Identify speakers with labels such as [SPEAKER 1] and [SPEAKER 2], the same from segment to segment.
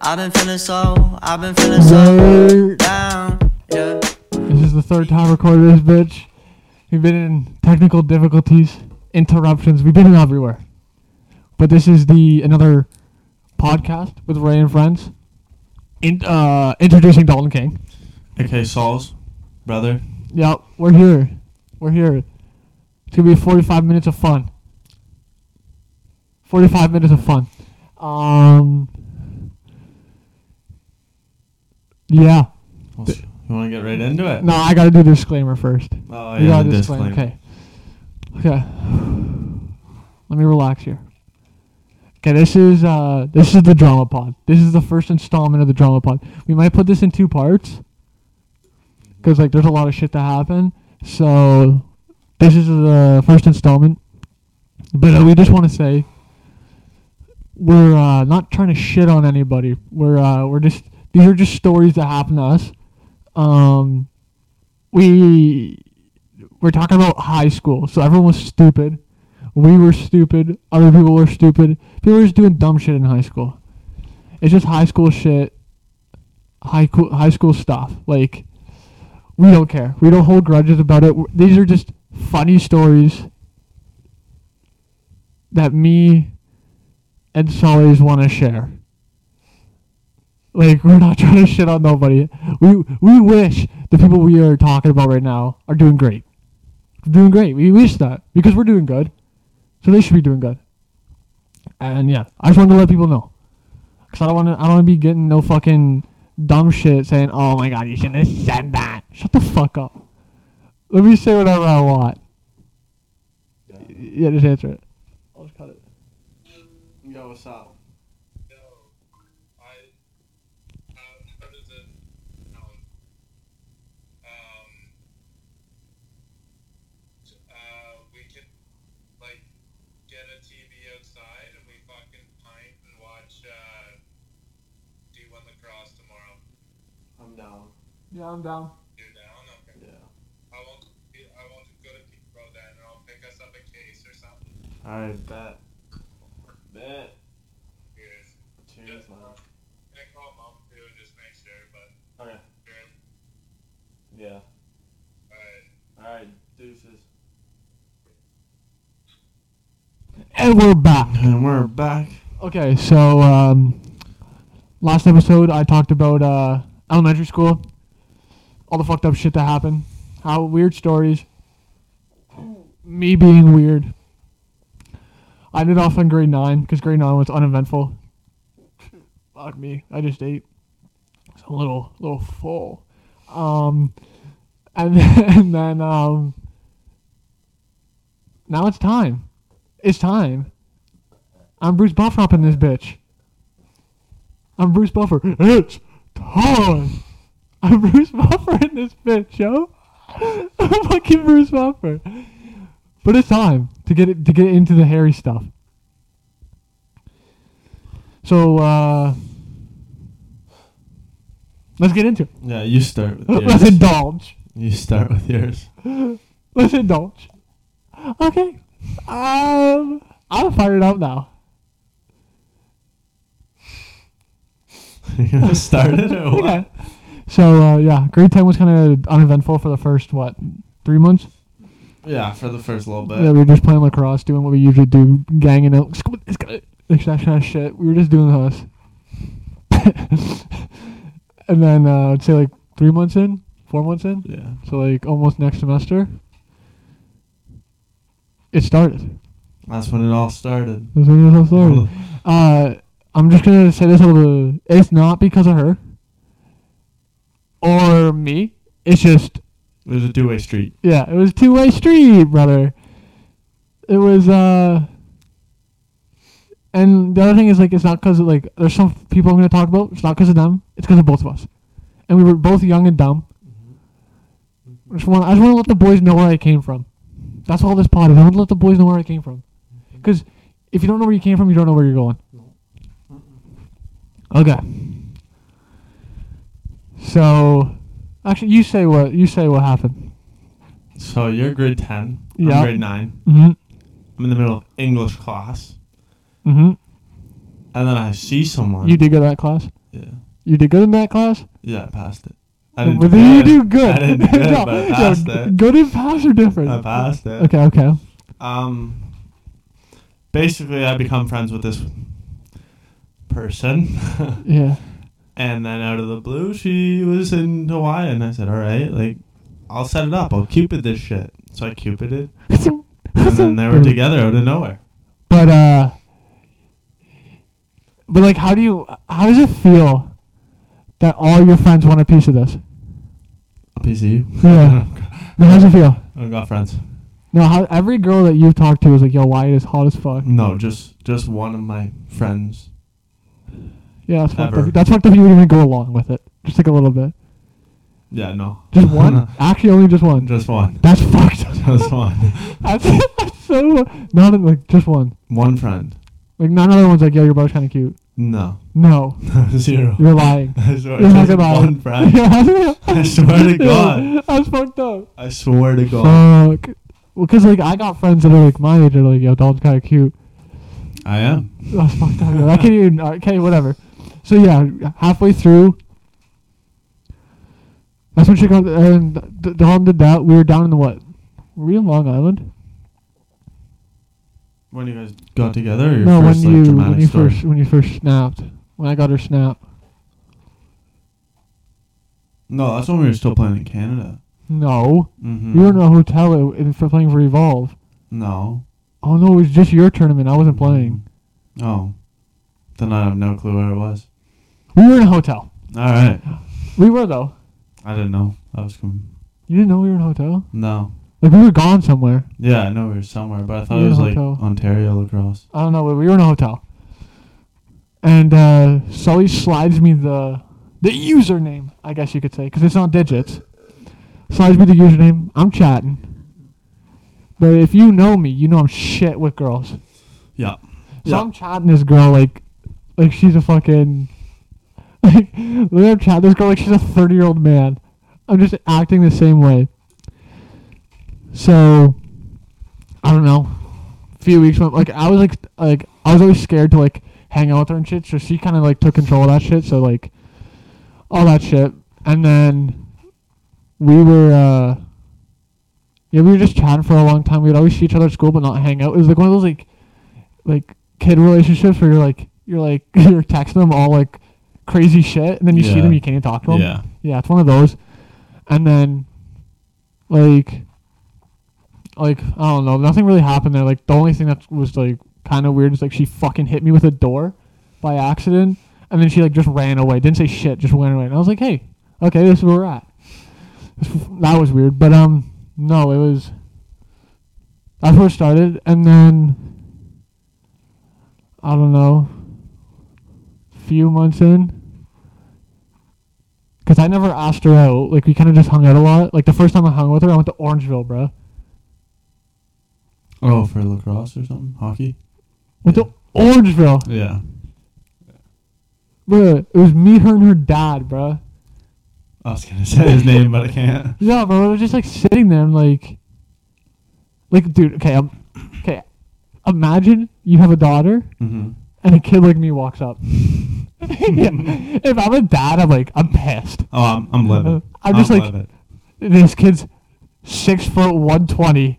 [SPEAKER 1] I've been feeling so, I've been feeling so
[SPEAKER 2] Yay.
[SPEAKER 1] down. Yeah.
[SPEAKER 2] This is the third time recording this bitch. We've been in technical difficulties, interruptions. We've been in everywhere. But this is the another podcast with Ray and friends. In, uh, introducing Dalton King. Mm-hmm.
[SPEAKER 3] Okay, Saul's brother.
[SPEAKER 2] Yeah, we're here. We're here. It's gonna be 45 minutes of fun. 45 minutes of fun. Um. Yeah.
[SPEAKER 3] Well, s- you want to get right into it?
[SPEAKER 2] No, I gotta do disclaimer first.
[SPEAKER 3] Oh,
[SPEAKER 2] You
[SPEAKER 3] yeah,
[SPEAKER 2] gotta
[SPEAKER 3] the
[SPEAKER 2] disclaim.
[SPEAKER 3] disclaimer.
[SPEAKER 2] Okay. Okay. Let me relax here. Okay, this is uh this is the drama pod. This is the first installment of the drama pod. We might put this in two parts. Cause like there's a lot of shit that happened. So this is the first installment. But uh, we just want to say we're uh, not trying to shit on anybody. We're uh, we're just these are just stories that happen to us. Um, we we're talking about high school, so everyone was stupid. We were stupid. Other people were stupid. People were just doing dumb shit in high school. It's just high school shit. High co- high school stuff. Like we don't care. We don't hold grudges about it. W- These are just funny stories that me and Sully's want to share. Like we're not trying to shit on nobody. We we wish the people we are talking about right now are doing great. Doing great. We wish that because we're doing good, so they should be doing good. And yeah, I just wanted to let people know, cause I don't want to. I don't want to be getting no fucking dumb shit saying, "Oh my god, you shouldn't have said that." Shut the fuck up. Let me say whatever I want. Yeah, just answer it. I'll just cut it.
[SPEAKER 3] Yo, what's up? I'm down.
[SPEAKER 2] Yeah, I'm down.
[SPEAKER 3] Yeah. I bet. Bet. Cheers, man. Okay. Yeah. Alright, deuces.
[SPEAKER 2] And we're back.
[SPEAKER 3] And we're back.
[SPEAKER 2] Okay, so um, last episode I talked about uh, elementary school, all the fucked up shit that happened, how weird stories, me being weird. I did off on grade nine because grade nine was uneventful. Fuck me, I just ate. It's a little, little full. Um, and then, and then um, now it's time. It's time. I'm Bruce Buffer in this bitch. I'm Bruce Buffer. It's time. I'm Bruce Buffer in this bitch, yo. I'm fucking Bruce Buffer. But it's time to get it, to get into the hairy stuff. So uh, let's get into it.
[SPEAKER 3] Yeah, you start with
[SPEAKER 2] Let's
[SPEAKER 3] yours.
[SPEAKER 2] indulge.
[SPEAKER 3] you start with yours.
[SPEAKER 2] Let's indulge. Okay. Um, I'm fired up now.
[SPEAKER 3] You're gonna start it or what?
[SPEAKER 2] Okay. So uh, yeah, grade ten was kind of uneventful for the first what three months.
[SPEAKER 3] Yeah, for the first little bit.
[SPEAKER 2] yeah, we were just playing lacrosse, doing what we usually do, ganging out, like that kind of shit. We were just doing us. and then uh, I'd say like three months in, four months in,
[SPEAKER 3] yeah.
[SPEAKER 2] so like almost next semester, it started.
[SPEAKER 3] That's when it all started.
[SPEAKER 2] That's when it all started. Uh, I'm just gonna say this a little. It's not because of her or me. It's just
[SPEAKER 3] It was a two-way street.
[SPEAKER 2] Yeah, it was two way street, brother. It was uh and the other thing is like it's not because like there's some people I'm gonna talk about. It's not because of them. It's because of both of us, and we were both young and dumb. I just want I just want to let the boys know where I came from. That's all this pod is. I want to let the boys know where I came from, because if you don't know where you came from, you don't know where you're going. Okay. So, actually, you say what you say what happened.
[SPEAKER 3] So you're grade 10.
[SPEAKER 2] Yeah.
[SPEAKER 3] I'm grade 9.
[SPEAKER 2] Mm-hmm.
[SPEAKER 3] I'm in the middle of English class.
[SPEAKER 2] Mm-hmm.
[SPEAKER 3] And then I see someone.
[SPEAKER 2] You did go to that class?
[SPEAKER 3] Yeah.
[SPEAKER 2] You did good in that class.
[SPEAKER 3] Yeah, I passed it. I
[SPEAKER 2] But
[SPEAKER 3] didn't
[SPEAKER 2] then
[SPEAKER 3] do
[SPEAKER 2] you do
[SPEAKER 3] good.
[SPEAKER 2] good.
[SPEAKER 3] I didn't do good,
[SPEAKER 2] No,
[SPEAKER 3] but I
[SPEAKER 2] no,
[SPEAKER 3] passed it.
[SPEAKER 2] Good and pass are different.
[SPEAKER 3] I passed it.
[SPEAKER 2] Okay, okay.
[SPEAKER 3] Um, basically, I become friends with this person,
[SPEAKER 2] Yeah.
[SPEAKER 3] and then out of the blue, she was in Hawaii, and I said, "All right, like, I'll set it up. I'll cupid this shit." So I cupided, and then they were together out of nowhere.
[SPEAKER 2] But uh But like how do you how does it feel that all your friends want a piece of this?
[SPEAKER 3] I'll PC you.
[SPEAKER 2] Yeah. How does it feel?
[SPEAKER 3] I don't got friends.
[SPEAKER 2] No, how every girl that you've talked to is like, yo, Wyatt is hot as fuck.
[SPEAKER 3] No, just just one of my friends.
[SPEAKER 2] Yeah, that's fucked
[SPEAKER 3] Ever.
[SPEAKER 2] up. That's fucked up you would even go along with it. Just like a little bit.
[SPEAKER 3] Yeah, no.
[SPEAKER 2] Just one? Actually only just one.
[SPEAKER 3] just one.
[SPEAKER 2] That's fucked up.
[SPEAKER 3] Just one.
[SPEAKER 2] that's, that's so not like just one.
[SPEAKER 3] One friend.
[SPEAKER 2] Like not another one's like, yo, your brother's kinda cute.
[SPEAKER 3] No.
[SPEAKER 2] No.
[SPEAKER 3] Zero.
[SPEAKER 2] You're lying.
[SPEAKER 3] I swear,
[SPEAKER 2] You're not
[SPEAKER 3] just
[SPEAKER 2] gonna
[SPEAKER 3] one friend. I swear to God.
[SPEAKER 2] That's fucked up.
[SPEAKER 3] I swear to God.
[SPEAKER 2] Fuck. Well, cause like I got friends that are like my age that are like, yo, Dalton's kind of cute.
[SPEAKER 3] I am.
[SPEAKER 2] That's fucked up. yo. I can't even. Okay, whatever. So yeah, halfway through. That's when she got. And D- Dalton did that. We were down in the what? Were we in Long Island?
[SPEAKER 3] When you guys got together, or your
[SPEAKER 2] no,
[SPEAKER 3] first
[SPEAKER 2] when you
[SPEAKER 3] like, dramatic
[SPEAKER 2] when you
[SPEAKER 3] story.
[SPEAKER 2] first when you first snapped. When I got her snap.
[SPEAKER 3] No, that's when we were still playing in Canada.
[SPEAKER 2] No,
[SPEAKER 3] Mm-hmm.
[SPEAKER 2] you were in a hotel in, for playing for Evolve.
[SPEAKER 3] No.
[SPEAKER 2] Oh no, it was just your tournament. I wasn't playing.
[SPEAKER 3] Oh, then I have no clue where it was. Hmm.
[SPEAKER 2] We were in a hotel.
[SPEAKER 3] All right.
[SPEAKER 2] We were though.
[SPEAKER 3] I didn't know. I was com-
[SPEAKER 2] You didn't know we were in a hotel?
[SPEAKER 3] no.
[SPEAKER 2] Like we were gone somewhere.
[SPEAKER 3] Yeah, I know we were somewhere, but I thought
[SPEAKER 2] You're
[SPEAKER 3] it was
[SPEAKER 2] in
[SPEAKER 3] like
[SPEAKER 2] hotel.
[SPEAKER 3] Ontario lacrosse.
[SPEAKER 2] I don't know, but we were in a hotel. And uh, Sully slides me the the username, I guess you could say, because it's not digits. Slides me the username. I'm chatting. But if you know me, you know I'm shit with girls. So
[SPEAKER 3] Yeah.
[SPEAKER 2] I'm chatting this girl like, like she's a fucking, like, look at chat this girl like she's a 30 year old man. I'm just acting the same way. So, I don't know. few weeks went like I was like like I was always scared to like hang out with her and shit. So she kind of like took control of that shit. So like all that shit, and then we were uh yeah we were just chatting for a long time. We'd always see each other at school but not hang out. It was like one of those like like kid relationships where you're like you're like you're texting them all like crazy shit, and then you see
[SPEAKER 3] Yeah.
[SPEAKER 2] them you can't even talk to them. Yeah, it's one of those. And then, like, like I don't know, nothing really happened there. Like the only thing that was like kind of weird is like she fucking hit me with a door by accident, and then she like just ran away. Didn't say shit, just went away. And I was like, hey, okay, this is where we're at. That was weird, but um, no, it was. That's where it started, and then I don't know. Few months in, because I never asked her out. Like, we kind of just hung out a lot. Like, the first time I hung with her, I went to Orangeville, bro.
[SPEAKER 3] Oh, for lacrosse or something? Hockey?
[SPEAKER 2] Went to Orangeville.
[SPEAKER 3] Yeah.
[SPEAKER 2] Bro, it was me, her, and her dad, bro.
[SPEAKER 3] I was gonna say his name, but I can't.
[SPEAKER 2] Yeah, bro, I was just, like, sitting there and, like... Like, dude, okay, I'm... Okay, imagine you have a daughter
[SPEAKER 3] Mm-hmm.
[SPEAKER 2] and a kid like me walks up. Yeah, If I'm a dad, I'm, like, I'm pissed.
[SPEAKER 3] Oh, I'm, I'm livid.
[SPEAKER 2] I'm just like-
[SPEAKER 3] livid.
[SPEAKER 2] This kid's six foot one twenty.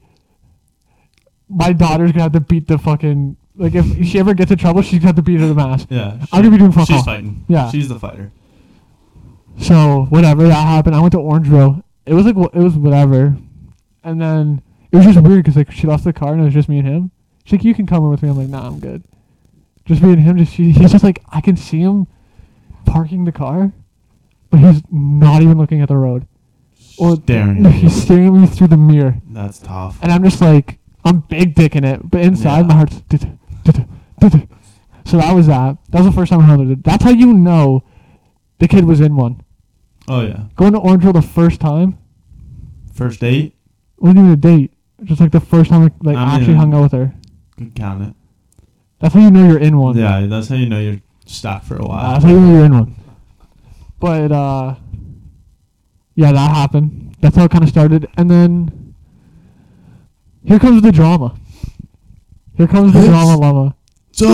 [SPEAKER 2] My daughter's gonna have to beat the fucking like if she ever gets in trouble, she's gonna have to beat her to the mass.
[SPEAKER 3] Yeah.
[SPEAKER 2] I'm gonna be doing fuck
[SPEAKER 3] She's
[SPEAKER 2] all.
[SPEAKER 3] fighting.
[SPEAKER 2] Yeah.
[SPEAKER 3] She's the fighter.
[SPEAKER 2] So whatever that happened, I went to Orangeville. It was like wh- it was whatever, and then it was just weird because like she left the car and it was just me and him. She's like, "You can come in with me." I'm like, "Nah, I'm good." Just me and him. Just she, he's just like I can see him parking the car, but he's not even looking at the road. Or
[SPEAKER 3] Staring at you.
[SPEAKER 2] he's staring at me through the mirror.
[SPEAKER 3] That's tough.
[SPEAKER 2] and I'm just like, I'm big dicking it, but inside
[SPEAKER 3] Yeah.
[SPEAKER 2] my heart's. "Duh-duh, duh-duh, duh-duh." So that was that. That was the first time I heard it. That's how you know the kid was in one.
[SPEAKER 3] Oh yeah.
[SPEAKER 2] Going to Orangeville the first time
[SPEAKER 3] First date.
[SPEAKER 2] wasn't even a date. Just like the first time I like
[SPEAKER 3] I mean-
[SPEAKER 2] actually hung out with her.
[SPEAKER 3] Could count it.
[SPEAKER 2] That's how you know you're in one.
[SPEAKER 3] Yeah, that's how you know you're stuck for a
[SPEAKER 2] Uh,
[SPEAKER 3] while.
[SPEAKER 2] that's how you know you're in one. But uh, yeah, that happened. That's how it kind of started, and then here comes the drama. Here comes the drama, llama.
[SPEAKER 3] So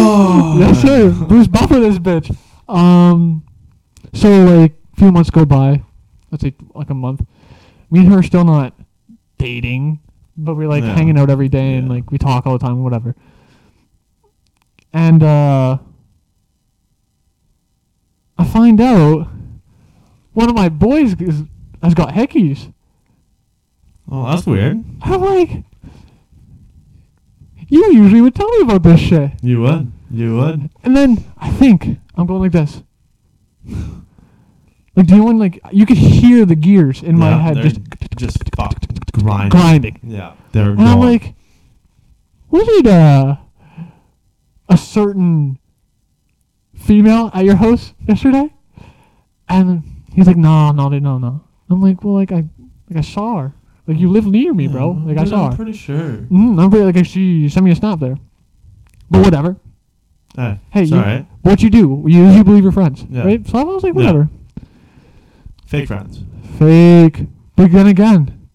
[SPEAKER 2] yes, sir. Bruce Buffer, this bitch. Um, So like a few months go by, let's say like a month. Me and her are still not dating, but we're like
[SPEAKER 3] No.
[SPEAKER 2] hanging out every day and
[SPEAKER 3] Yeah.
[SPEAKER 2] like we talk all the time, whatever. And uh I find out one of my boys is, has got hickeys.
[SPEAKER 3] Well, Oh, that's weird.
[SPEAKER 2] I'm like, you usually would tell me about this shit.
[SPEAKER 3] You would. You would.
[SPEAKER 2] And then I think I'm going like this. Like, do you want like you could hear the gears in my
[SPEAKER 3] Yeah,
[SPEAKER 2] head
[SPEAKER 3] they're
[SPEAKER 2] just
[SPEAKER 3] just fucked grinding.
[SPEAKER 2] grinding,
[SPEAKER 3] Yeah, they're
[SPEAKER 2] and I'm like, we need a a certain female at your house yesterday, and he's like, no, no, no, no. I'm like, well, like I like I saw her. Like you live near me, bro. Like I saw
[SPEAKER 3] am
[SPEAKER 2] her.
[SPEAKER 3] pretty sure.
[SPEAKER 2] Mm, I'm pretty like she sent me a snap there. But whatever.
[SPEAKER 3] Hey,
[SPEAKER 2] Hey,
[SPEAKER 3] it's
[SPEAKER 2] you-
[SPEAKER 3] alright.
[SPEAKER 2] What you do, you you believe your friends,
[SPEAKER 3] Yeah.
[SPEAKER 2] right? So I was like,
[SPEAKER 3] Yeah.
[SPEAKER 2] whatever.
[SPEAKER 3] Fake friends.
[SPEAKER 2] Fake. But then again,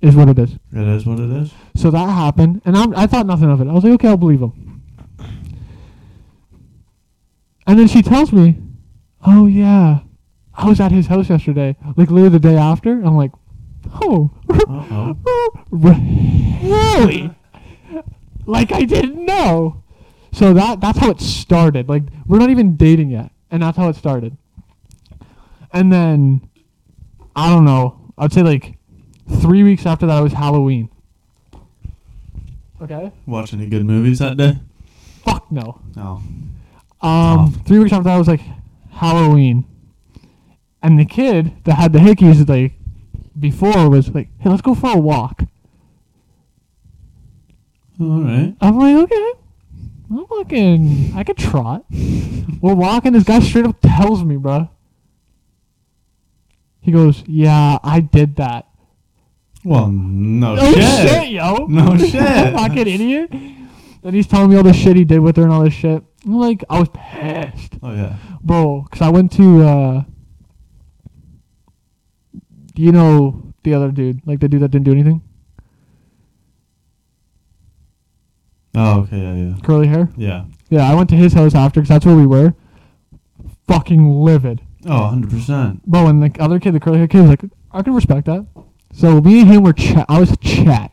[SPEAKER 2] is what it is.
[SPEAKER 3] It is what it is.
[SPEAKER 2] So that happened, and I'm, I thought nothing of it. I was like, okay, I'll believe him. And then she tells me, oh yeah, I was at his house yesterday, like literally the day after. I'm like, oh,
[SPEAKER 3] Uh-oh.
[SPEAKER 2] really? like I didn't know. So that that's how it started. Like we're not even dating yet, and that's how it started. And then, I don't know. I'd say like three weeks after that, it was Halloween. Okay.
[SPEAKER 3] Watch any good movies that day?
[SPEAKER 2] Fuck no.
[SPEAKER 3] No.
[SPEAKER 2] Um,
[SPEAKER 3] Tough.
[SPEAKER 2] three weeks after that was like Halloween, and the kid that had the hickeys like before was like, "Hey, let's go for a walk."
[SPEAKER 3] All right.
[SPEAKER 2] I'm like, okay. I'm fucking. I could trot. We're walking. This guy straight up tells me, bruh. He goes, "Yeah, I did that."
[SPEAKER 3] Well, no
[SPEAKER 2] Oh
[SPEAKER 3] shit.
[SPEAKER 2] shit, Oh yo!
[SPEAKER 3] No shit.
[SPEAKER 2] fucking idiot. Then he's telling me all the shit he did with her and all this shit. I'm like, I was pissed,
[SPEAKER 3] Oh yeah.
[SPEAKER 2] bro, because I went to, uh, you know, the other dude, like the dude that didn't do anything,
[SPEAKER 3] Oh okay. Yeah yeah.
[SPEAKER 2] curly hair.
[SPEAKER 3] Yeah.
[SPEAKER 2] Yeah, I went to his house after because that's where we were. Fucking livid.
[SPEAKER 3] Oh, 100 percent.
[SPEAKER 2] But when the other kid, the curly hair kid, was like, I can respect that. So me and him were chat. I was chat.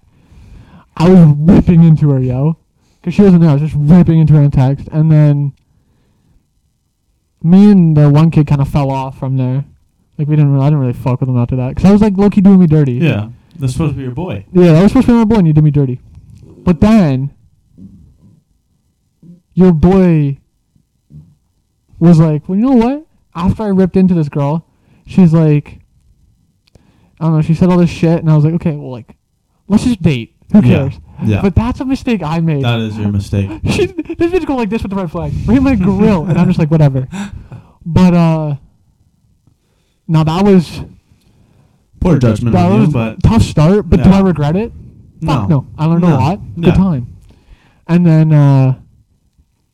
[SPEAKER 2] I was ripping into her, yo. Because she wasn't there. I was just ripping into her in text. And then me and the one kid kind of fell off from there. Like, we didn't really, I didn't really fuck with him after that. Because I was like, low key doing me dirty.
[SPEAKER 3] Yeah. That's supposed to be your boy.
[SPEAKER 2] Yeah, that was supposed to be my boy, and you did me dirty. But then, your boy was like, well, you know what? After I ripped into this girl, she's like, I don't know, she said all this shit, and I was like, okay, well, like, let's just date. Who
[SPEAKER 3] Yeah,
[SPEAKER 2] cares?
[SPEAKER 3] yeah.
[SPEAKER 2] But that's a mistake I made.
[SPEAKER 3] That is your mistake.
[SPEAKER 2] She, this bitch go like this with the red flag. Right in my grill. And I'm just like, whatever. But, uh, now that was,
[SPEAKER 3] Poor judgment
[SPEAKER 2] that
[SPEAKER 3] on
[SPEAKER 2] was
[SPEAKER 3] you, but
[SPEAKER 2] tough start, but do
[SPEAKER 3] Yeah.
[SPEAKER 2] I regret it? Fuck no. I learned a
[SPEAKER 3] No.
[SPEAKER 2] lot.
[SPEAKER 3] Yeah.
[SPEAKER 2] Good time. And then uh,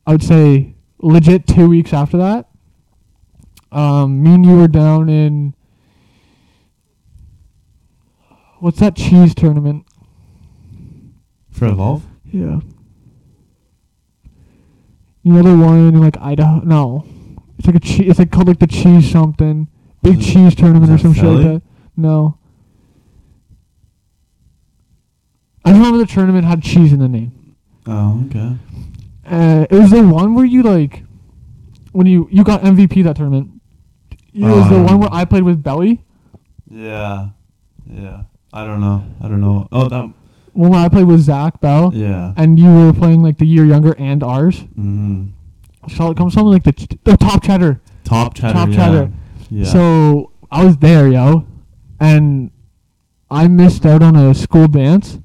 [SPEAKER 2] I would say legit two weeks after that, um, me and you were down in what's that cheese tournament?
[SPEAKER 3] For evolve.
[SPEAKER 2] Yeah. You know the one in like Idaho? No, it's like a cheese. It's like called like the cheese something, big
[SPEAKER 3] Was it-
[SPEAKER 2] cheese tournament or
[SPEAKER 3] was
[SPEAKER 2] some
[SPEAKER 3] Mm-hmm. that
[SPEAKER 2] shit like
[SPEAKER 3] Philly?
[SPEAKER 2] that. No. I remember the tournament had cheese in the name.
[SPEAKER 3] Oh okay.
[SPEAKER 2] Uh, it was the one where you like when you you got MVP that tournament. It was
[SPEAKER 3] Uh-huh.
[SPEAKER 2] the one where I played with Belly.
[SPEAKER 3] Yeah. Yeah. I don't know. I don't know. Oh that.
[SPEAKER 2] One where I played with Zach Bell,
[SPEAKER 3] Yeah.
[SPEAKER 2] and you were playing like the year younger and ours.
[SPEAKER 3] Mm.
[SPEAKER 2] So it comes from like the, ch- the top cheddar.
[SPEAKER 3] Top cheddar.
[SPEAKER 2] Top
[SPEAKER 3] yeah.
[SPEAKER 2] cheddar.
[SPEAKER 3] Yeah.
[SPEAKER 2] So I was there, yo, and I missed out on a school dance.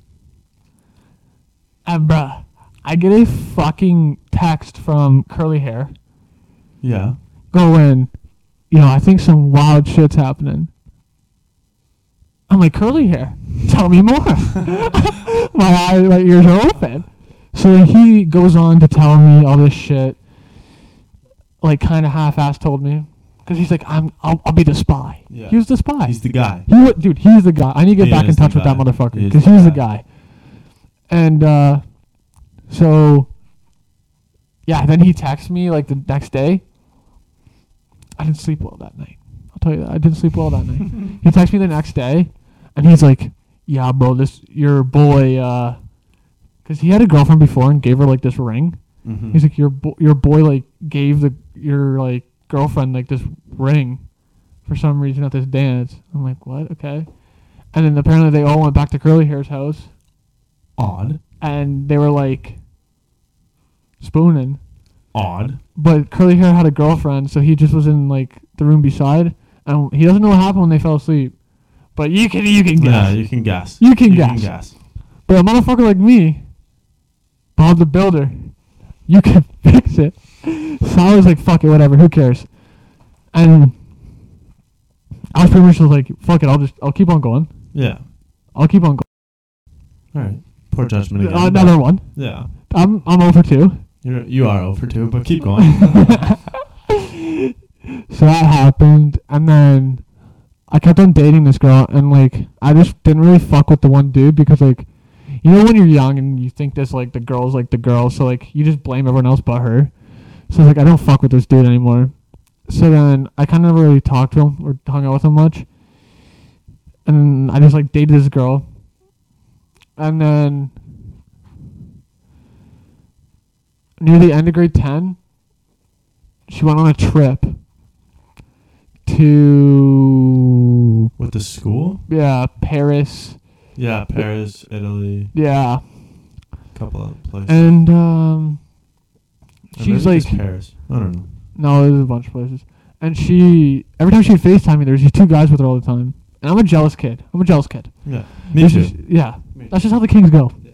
[SPEAKER 2] And bruh, I get a fucking text from Curly Hair.
[SPEAKER 3] yeah.
[SPEAKER 2] going, you know, I think some wild shit's happening. I'm like, curly hair, tell me more. my, eye, my ears are open. So then he goes on to tell me all this shit, like kind of half-ass told me. Because he's like, I'm, I'll, I'll be the spy.
[SPEAKER 3] Yeah.
[SPEAKER 2] He was the spy.
[SPEAKER 3] He's the guy.
[SPEAKER 2] He wa- dude, he's the guy. I need to get
[SPEAKER 3] He
[SPEAKER 2] back in
[SPEAKER 3] is the
[SPEAKER 2] touch with that
[SPEAKER 3] guy.
[SPEAKER 2] motherfucker
[SPEAKER 3] He is
[SPEAKER 2] because
[SPEAKER 3] the
[SPEAKER 2] he's the
[SPEAKER 3] guy.
[SPEAKER 2] guy. And uh, so, yeah. Then he texts me like the next day, I didn't sleep well that night. I'll tell you that. I didn't sleep well that night. He texted me the next day, and he's like, "Yeah, bro, this your boy." uh 'cause he had a girlfriend before and gave her like this ring.
[SPEAKER 3] Mhm.
[SPEAKER 2] He's like, "Your bo- your boy like gave the your like girlfriend like this ring, for some reason at this dance." I'm like, "What? Okay." And then apparently they all went back to Curly Hair's house,
[SPEAKER 3] odd,
[SPEAKER 2] and they were like spooning.
[SPEAKER 3] odd.
[SPEAKER 2] but curly hair had a girlfriend, so he just was in like the room beside, and he doesn't know what happened when they fell asleep. But you can, you can
[SPEAKER 3] Yeah,
[SPEAKER 2] guess.
[SPEAKER 3] you can guess.
[SPEAKER 2] You can guess.
[SPEAKER 3] guess.
[SPEAKER 2] But a motherfucker like me, Bob the Builder, you can fix it. So I was like, fuck it, whatever, who cares? And I was pretty much just like, fuck it, I'll just, I'll keep on going,
[SPEAKER 3] Yeah.
[SPEAKER 2] I'll keep on
[SPEAKER 3] All right. Poor judgment
[SPEAKER 2] going.
[SPEAKER 3] again.
[SPEAKER 2] Another one.
[SPEAKER 3] Yeah.
[SPEAKER 2] I'm, I'm over two.
[SPEAKER 3] You're, you are over two, but keep going.
[SPEAKER 2] So that happened, and then I kept on dating this girl, and like I just didn't really fuck with the one dude because like, you know when you're young and you think this like the girl's like the girl, so like you just blame everyone else but her. So like I don't fuck with this dude anymore. So then I kind of never really talked to him or hung out with him much, and I just like dated this girl, and then near the end of grade ten, she went on a trip to
[SPEAKER 3] With the school?
[SPEAKER 2] yeah Paris
[SPEAKER 3] Yeah, Paris, Italy,
[SPEAKER 2] yeah
[SPEAKER 3] a couple of places.
[SPEAKER 2] and um
[SPEAKER 3] Or
[SPEAKER 2] she's
[SPEAKER 3] maybe just
[SPEAKER 2] like-
[SPEAKER 3] Paris. I don't know.
[SPEAKER 2] no it was a bunch of places and she every time she would FaceTime me there was these two guys with her all the time and I'm a jealous kid I'm a jealous kid
[SPEAKER 3] Yeah. Me
[SPEAKER 2] That's
[SPEAKER 3] too.
[SPEAKER 2] just- yeah
[SPEAKER 3] Me
[SPEAKER 2] that's
[SPEAKER 3] too.
[SPEAKER 2] just how the Kings go
[SPEAKER 3] Yeah.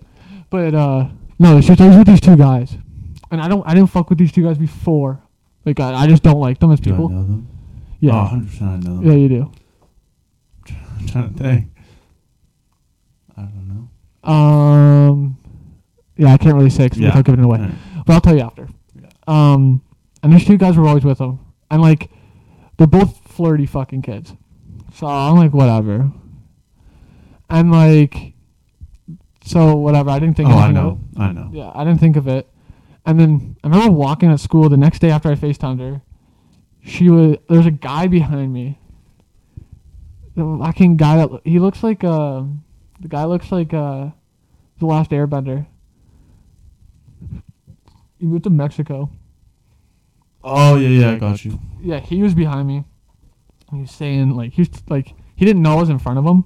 [SPEAKER 2] but uh no she was always with these two guys and I don't I didn't fuck with these two guys before like I, I just don't like them as
[SPEAKER 3] Do I
[SPEAKER 2] people
[SPEAKER 3] know them?
[SPEAKER 2] yeah
[SPEAKER 3] Oh, 100% I know them.
[SPEAKER 2] yeah you do
[SPEAKER 3] I'm trying to think. I don't know.
[SPEAKER 2] Um, yeah, I can't really say 'cause
[SPEAKER 3] Yeah.
[SPEAKER 2] without giving it away.
[SPEAKER 3] Alright.
[SPEAKER 2] But I'll tell you after.
[SPEAKER 3] Yeah.
[SPEAKER 2] Um, and these two guys were always with him, and like, they're both flirty fucking kids. So I'm like, whatever. And like, so whatever. I didn't think.
[SPEAKER 3] Oh, I
[SPEAKER 2] anything
[SPEAKER 3] know. I know.
[SPEAKER 2] Of it. Yeah, I didn't think of it. And then I remember walking at school the next day after I Facetimed her. She was there's a guy behind me. The fucking guy that he looks like uh the guy looks like uh the last airbender. He moved to Mexico.
[SPEAKER 3] Oh, yeah, yeah, I got you.
[SPEAKER 2] Yeah, he was behind me. And he was saying like he was like he didn't know I was in front of him.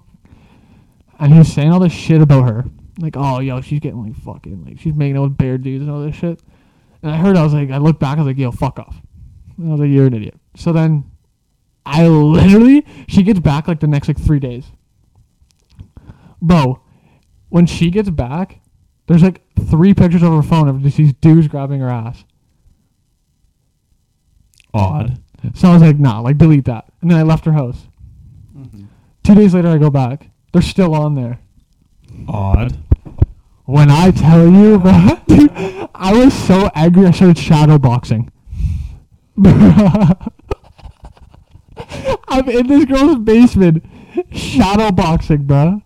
[SPEAKER 2] And he was saying all this shit about her. Like, oh yo, she's getting like fucking like she's making out with bear dudes and all this shit. And I heard I was like I looked back, I was like, yo, fuck off. And I was like, you're an idiot. So then I literally she gets back like the next like three days. Bro, when she gets back, there's like three pictures of her phone of just these dudes grabbing her ass.
[SPEAKER 3] Odd.
[SPEAKER 2] So I was like, nah, like delete that. And then I left her house. Two days later, I go back. They're still on there.
[SPEAKER 3] Odd.
[SPEAKER 2] When I tell you, bro, dude, I was so angry, I started shadow boxing. I'm in this girl's basement, shadow boxing, bro.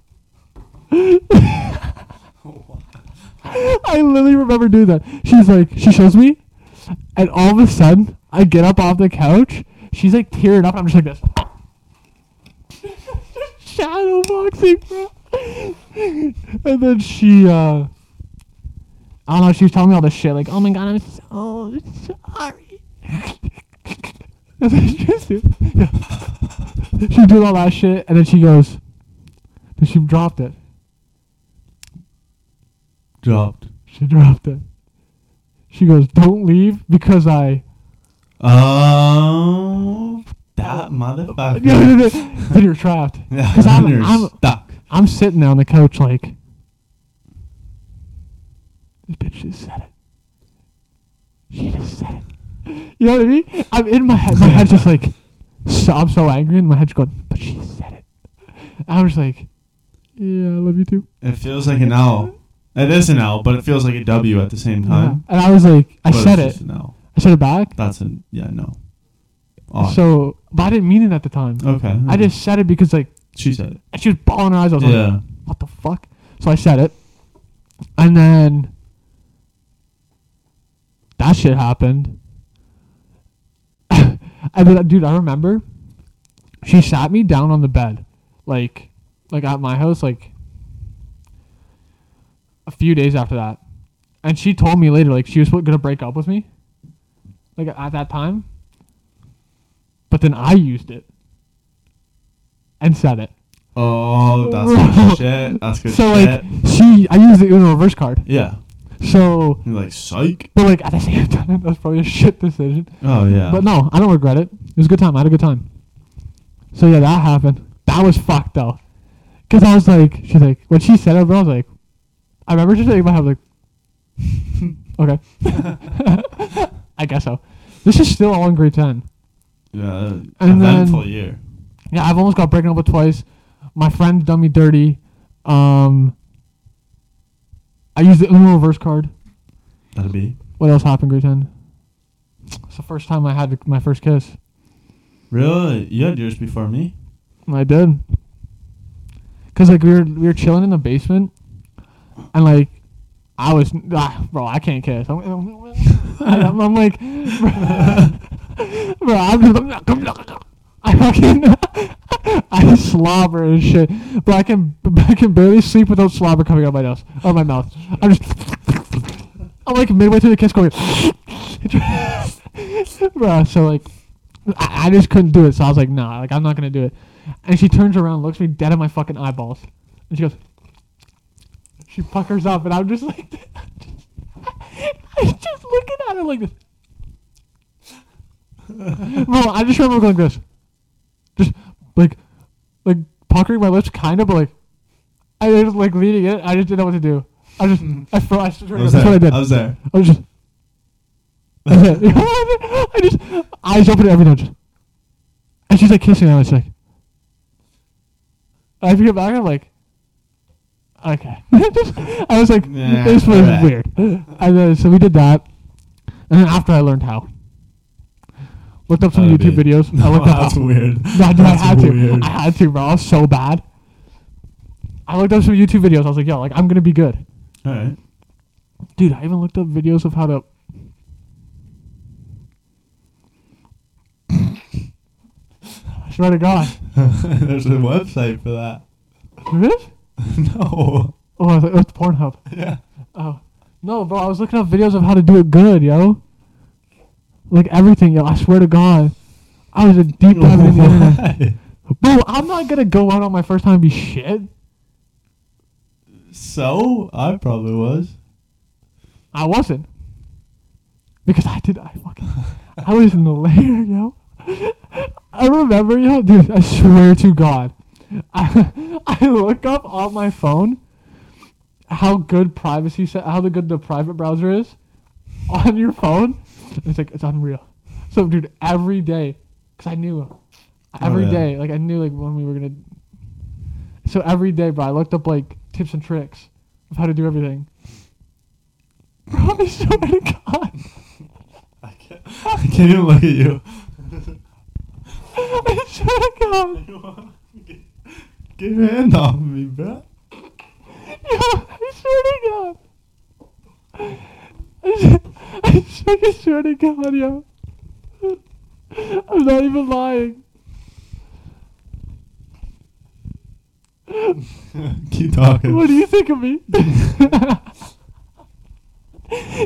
[SPEAKER 2] I literally remember doing that. She's like, she shows me, and all of a sudden, I get up off the couch. She's like tearing up, and I'm just like this. Shadow boxing, bro. and then she, uh, I don't know, she was telling me all this shit, like, oh my god, I'm so sorry. And then she just- yeah. She did all that shit, and then she goes, then she dropped it.
[SPEAKER 3] Dropped.
[SPEAKER 2] She dropped it. She goes, "Don't leave because I."
[SPEAKER 3] Oh, that
[SPEAKER 2] No, no, no.
[SPEAKER 3] motherfucker.
[SPEAKER 2] then you're trapped.
[SPEAKER 3] Yeah,
[SPEAKER 2] 'Cause I'm-
[SPEAKER 3] you're
[SPEAKER 2] I'm-
[SPEAKER 3] stuck.
[SPEAKER 2] I'm sitting there on the couch like, this bitch just said it. She just said it. You know what I mean? I'm in my head. My head's just like, so, I'm so angry, and my head's going, but she said it. I'm just like, yeah, I love you too.
[SPEAKER 3] It feels like an L. It is an L, but it feels like a W at the same time.
[SPEAKER 2] And I was like, I
[SPEAKER 3] But
[SPEAKER 2] said
[SPEAKER 3] it's
[SPEAKER 2] it.
[SPEAKER 3] just an L.
[SPEAKER 2] I said it back.
[SPEAKER 3] That's an yeah no. Odd.
[SPEAKER 2] So, but I didn't mean it at the time.
[SPEAKER 3] okay.
[SPEAKER 2] I just said it because like
[SPEAKER 3] she said it.
[SPEAKER 2] and she was bawling her eyes. out. I was
[SPEAKER 3] Yeah.
[SPEAKER 2] like, what the fuck? So I said it. And then that shit happened. I mean, dude, I remember she sat me down on the bed, like, like at my house, like a few days after that, and she told me later, like, she was gonna break up with me, like at that time. But then I used it and said it.
[SPEAKER 3] Oh, that's good shit. That's good
[SPEAKER 2] so
[SPEAKER 3] shit.
[SPEAKER 2] like she, I used the Uno reverse card.
[SPEAKER 3] yeah.
[SPEAKER 2] So,
[SPEAKER 3] You're like, psych.
[SPEAKER 2] but like at the same time, that's probably a shit decision.
[SPEAKER 3] Oh, yeah.
[SPEAKER 2] But no, I don't regret it. It was a good time. I had a good time. So yeah, that happened. That was fucked though, because I was like, she's like, when she said it, bro, I was like, I remember just thinking my head like, okay, I guess so. This is still all in grade ten.
[SPEAKER 3] Yeah,
[SPEAKER 2] And then-
[SPEAKER 3] eventful year.
[SPEAKER 2] Yeah, I've almost got broken up with twice. My friend done me dirty. Um, I used the Uno reverse card.
[SPEAKER 3] That'd be
[SPEAKER 2] What else happened grade ten? It's the first time I had my first kiss.
[SPEAKER 3] really. You had yours before me.
[SPEAKER 2] I did. Cause like we were we were chilling in the basement, and like I was ah, bro, I can't kiss. I'm, I'm, I'm like, bro, bro, I'm just, I fucking I slobber and shit, bro. I can I can barely sleep without slobber coming out my nose, out of my mouth. I'm just. I'm like midway through the kiss going, bro. So like, I, I just couldn't do it. So I was like, nah, like I'm not gonna do it. And she turns around, looks me dead in my fucking eyeballs, and she goes, she puckers up, and I'm just like, I'm just looking at her like this. Bro, I just remember going like this, just like, like puckering my lips, kind of, but like, I was like leading it. I just didn't know what to do. I just, I fro- I just,
[SPEAKER 3] I was
[SPEAKER 2] that's
[SPEAKER 3] there.
[SPEAKER 2] what I did.
[SPEAKER 3] I was there.
[SPEAKER 2] I was just. That's it. I just eyes open to everything. Just, and she's like kissing, and I was like, I forget back. I'm like, okay. Just- I was like,
[SPEAKER 3] Nah,
[SPEAKER 2] this was
[SPEAKER 3] alright.
[SPEAKER 2] weird. And then, so we did that, and then after I learned how, looked up some
[SPEAKER 3] That'd
[SPEAKER 2] YouTube
[SPEAKER 3] be-
[SPEAKER 2] videos. I
[SPEAKER 3] No,
[SPEAKER 2] looked up
[SPEAKER 3] that's
[SPEAKER 2] how.
[SPEAKER 3] weird.
[SPEAKER 2] No, dude,
[SPEAKER 3] that's
[SPEAKER 2] I had
[SPEAKER 3] weird.
[SPEAKER 2] to. I had to, bro. I was so bad. I looked up some YouTube videos. I was like, yo, like I'm gonna be good.
[SPEAKER 3] All right.
[SPEAKER 2] Dude, I even looked up videos of how to. I swear to God.
[SPEAKER 3] There's a website for that.
[SPEAKER 2] There is?
[SPEAKER 3] no.
[SPEAKER 2] Oh, I was like, oh, it's Pornhub.
[SPEAKER 3] Yeah.
[SPEAKER 2] Oh. No, bro, I was looking up videos of how to do it good, yo. Like everything, yo. I swear to God. I was a deep dive in the internet.
[SPEAKER 3] Why?
[SPEAKER 2] Bro, I'm not gonna go out on my first time and be shit.
[SPEAKER 3] so I probably was.
[SPEAKER 2] I wasn't. Because I did. I fucking. I was in the lair, yo. I remember, yo, dude. I swear to God, I I look up on my phone how good privacy set, how the good the private browser is on your phone. It's like it's unreal. So, dude, every day, cause I knew every
[SPEAKER 3] yeah.
[SPEAKER 2] day, like I knew like when we were gonna. So every day, bro, I looked up like tips and tricks of how to do everything. Bro, I swear to God.
[SPEAKER 3] I can't, I can't even look at you.
[SPEAKER 2] I swear to God.
[SPEAKER 3] Get your hand off me, bro.
[SPEAKER 2] Yo, I swear to God. I swear, I fucking swear to God, yo. I'm not even lying.
[SPEAKER 3] Keep talking.
[SPEAKER 2] What do you think of me?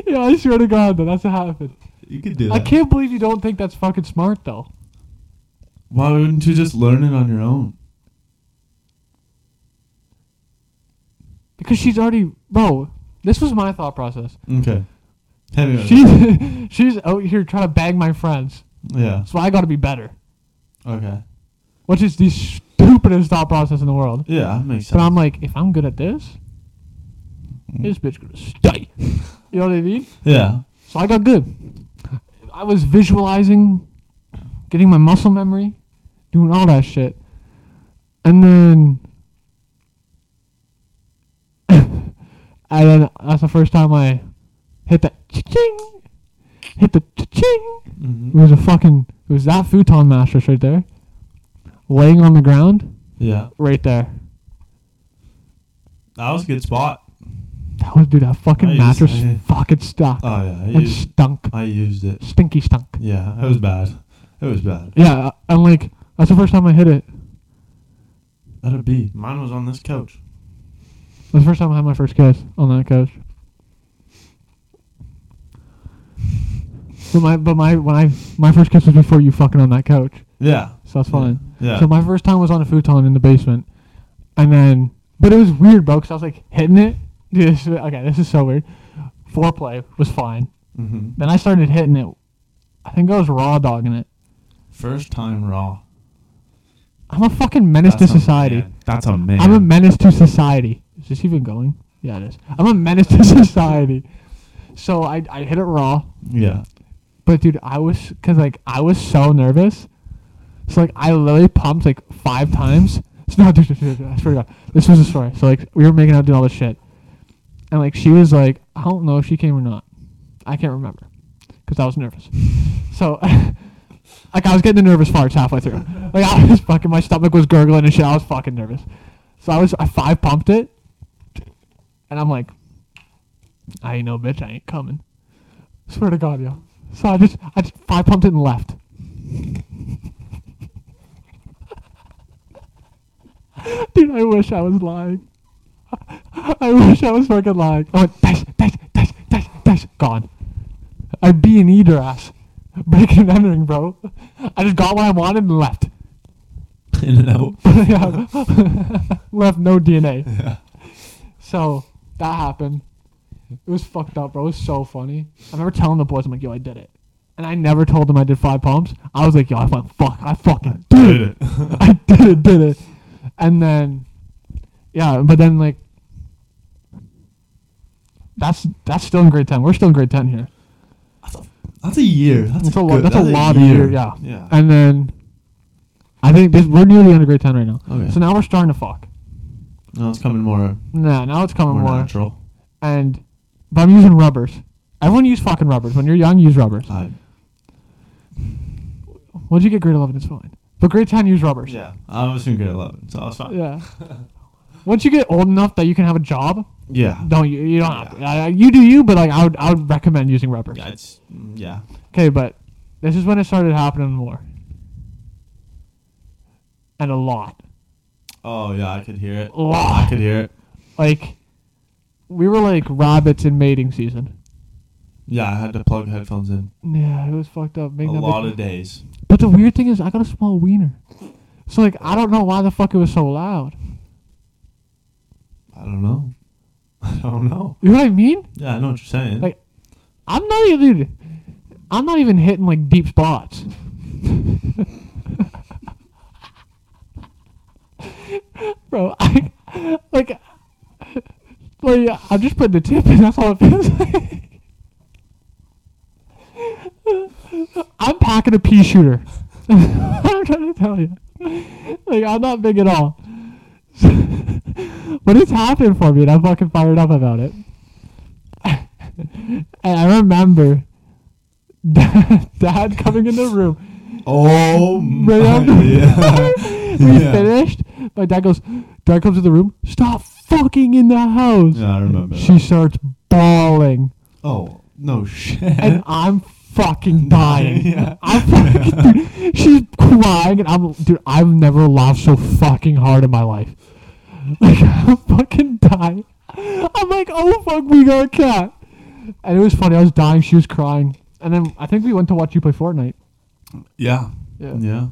[SPEAKER 2] yeah, I swear to God, though, that's what happened.
[SPEAKER 3] You could do that.
[SPEAKER 2] I can't believe you don't think that's fucking smart, though.
[SPEAKER 3] Why wouldn't you just learn it on your own?
[SPEAKER 2] Because she's already, bro. This was my thought process.
[SPEAKER 3] Okay. Hit me with
[SPEAKER 2] She's
[SPEAKER 3] it.
[SPEAKER 2] she's out here trying to bang my friends,
[SPEAKER 3] Yeah.
[SPEAKER 2] so I got to be better,
[SPEAKER 3] Okay.
[SPEAKER 2] which is the stupidest thought process in the world.
[SPEAKER 3] Yeah, that makes sense.
[SPEAKER 2] But I'm like, if I'm good at this, this bitch gonna stay. You know what I mean?
[SPEAKER 3] yeah.
[SPEAKER 2] So I got good. I was visualizing, getting my muscle memory, doing all that shit, and then, and then that's the first time I hit that ching, hit the ching. It
[SPEAKER 3] hmm
[SPEAKER 2] was a fucking. It was that futon mattress right there, laying on the ground
[SPEAKER 3] Yeah.
[SPEAKER 2] right there.
[SPEAKER 3] That was a good spot.
[SPEAKER 2] That was dude. That fucking
[SPEAKER 3] I used-
[SPEAKER 2] mattress
[SPEAKER 3] I-
[SPEAKER 2] fucking stunk.
[SPEAKER 3] Oh yeah. I
[SPEAKER 2] it
[SPEAKER 3] used
[SPEAKER 2] stunk.
[SPEAKER 3] I used it.
[SPEAKER 2] Stinky stunk.
[SPEAKER 3] Yeah, it was bad. It was bad.
[SPEAKER 2] Yeah, I- I'm like, that's the first time I hit it.
[SPEAKER 3] At a B. Mine was on this couch.
[SPEAKER 2] That's the first time I had my first kiss on that couch. But my, but my, when I, my first kiss was before you fucking on that couch,
[SPEAKER 3] Yeah.
[SPEAKER 2] so that's fine.
[SPEAKER 3] Yeah.
[SPEAKER 2] So my first time was on a futon in the basement, and then, but it was weird, bro, because I was like hitting it. Dude, this is, okay, this is so weird. Foreplay was fine.
[SPEAKER 3] hmm
[SPEAKER 2] Then I started hitting it. I think I was raw dogging it.
[SPEAKER 3] First time raw.
[SPEAKER 2] I'm a fucking menace
[SPEAKER 3] That's
[SPEAKER 2] to
[SPEAKER 3] a
[SPEAKER 2] society.
[SPEAKER 3] man. That's a man.
[SPEAKER 2] I'm a menace to society. Is this even going? Yeah, it is. I'm a menace to society. So I, I hit it raw,
[SPEAKER 3] Yeah.
[SPEAKER 2] but dude, I was cause like I was so nervous. So like I literally pumped like five times. So, no, dude, dude, dude, I swear to God, this was a story. So like we were making out, doing all this shit, and like she was like, I don't know if she came or not. I can't remember, cause I was nervous. So. Like I was getting the nervous farts halfway through. Like I was fucking, my stomach was gurgling and shit. I was fucking nervous. So I was, I five pumped it, and I'm like, I ain't no bitch. I ain't coming. Swear to God, yo. So I just, I just five pumped it and left. Dude, I wish I was lying. I wish I was fucking lying. I went dash, dash, dash, dash, dash, gone. I B and E her ass, breaking and entering, bro. I just got what I wanted and left.
[SPEAKER 3] In and out.
[SPEAKER 2] Yeah. left no DNA.
[SPEAKER 3] Yeah.
[SPEAKER 2] So that happened. It was fucked up, bro. It was so funny. I remember telling the boys, I'm like, yo, I did it. And I never told them I did five pumps. I was like, yo, I went, fuck, I fucking did it. I did it, did it. And then, yeah, but then, like, that's that's still in grade 10. We're still in grade 10 here.
[SPEAKER 3] That's a year. That's,
[SPEAKER 2] That's a
[SPEAKER 3] a,
[SPEAKER 2] lot-
[SPEAKER 3] good-
[SPEAKER 2] that's a lot of year, yeah.
[SPEAKER 3] Yeah.
[SPEAKER 2] And then, I think this, we're near the end of grade 10 right now.
[SPEAKER 3] Okay.
[SPEAKER 2] So now we're starting to fuck.
[SPEAKER 3] no, it's coming more,
[SPEAKER 2] Nah, now it's coming
[SPEAKER 3] more,
[SPEAKER 2] more.
[SPEAKER 3] natural.
[SPEAKER 2] and but I'm using rubbers. Everyone use fucking rubbers. When you're young, use rubbers.
[SPEAKER 3] I,
[SPEAKER 2] What'd you get grade 11? It's fine. But grade 10, use rubbers.
[SPEAKER 3] yeah. I was in grade 11, so I was fine.
[SPEAKER 2] Yeah. Once you get old enough that you can have a job,
[SPEAKER 3] Yeah.
[SPEAKER 2] don't you? You don't have to.
[SPEAKER 3] Yeah.
[SPEAKER 2] Uh, you do you, but like I would, I would recommend using rubbers.
[SPEAKER 3] Yeah, it's, mm, yeah.
[SPEAKER 2] Okay, but this is when it started happening more, and a lot,
[SPEAKER 3] Oh, yeah, I could hear it.
[SPEAKER 2] a lot.
[SPEAKER 3] I could hear it.
[SPEAKER 2] Like we were like rabbits in mating season.
[SPEAKER 3] Yeah, I had to plug headphones in
[SPEAKER 2] Yeah, it was fucked up.
[SPEAKER 3] a
[SPEAKER 2] Making that
[SPEAKER 3] lot
[SPEAKER 2] big-
[SPEAKER 3] of days.
[SPEAKER 2] But the weird thing is, I got a small wiener. So, like, I don't know why the fuck it was so loud.
[SPEAKER 3] I don't know. I don't know.
[SPEAKER 2] You know what I mean?
[SPEAKER 3] Yeah, I know what you're saying.
[SPEAKER 2] Like, I'm not even, dude, I'm not even hitting, like, deep spots. Bro, I, like, like, I'm just putting the tip in, that's all it feels like. I'm packing a pea shooter. I'm trying to tell you. Like, I'm not big at all. but it's happened for me, and I'm fucking fired up about it. and I remember dad, dad coming in the room.
[SPEAKER 3] oh,
[SPEAKER 2] Right
[SPEAKER 3] my.
[SPEAKER 2] after
[SPEAKER 3] Yeah.
[SPEAKER 2] we
[SPEAKER 3] Yeah.
[SPEAKER 2] finished, my dad goes, Dad comes in the room, stop fucking in the house.
[SPEAKER 3] yeah, I remember. that.
[SPEAKER 2] She starts bawling.
[SPEAKER 3] Oh, no shit.
[SPEAKER 2] and I'm fucking dying.
[SPEAKER 3] Yeah.
[SPEAKER 2] I'm fucking, dude, she's crying, and I'm, dude, I've never laughed so fucking hard in my life. Like, I'm fucking dying. I'm like, oh fuck, we got a cat. And it was funny, I was dying, she was crying. And then I think we went to watch you play Fortnite.
[SPEAKER 3] yeah.
[SPEAKER 2] Yeah.
[SPEAKER 3] Yeah.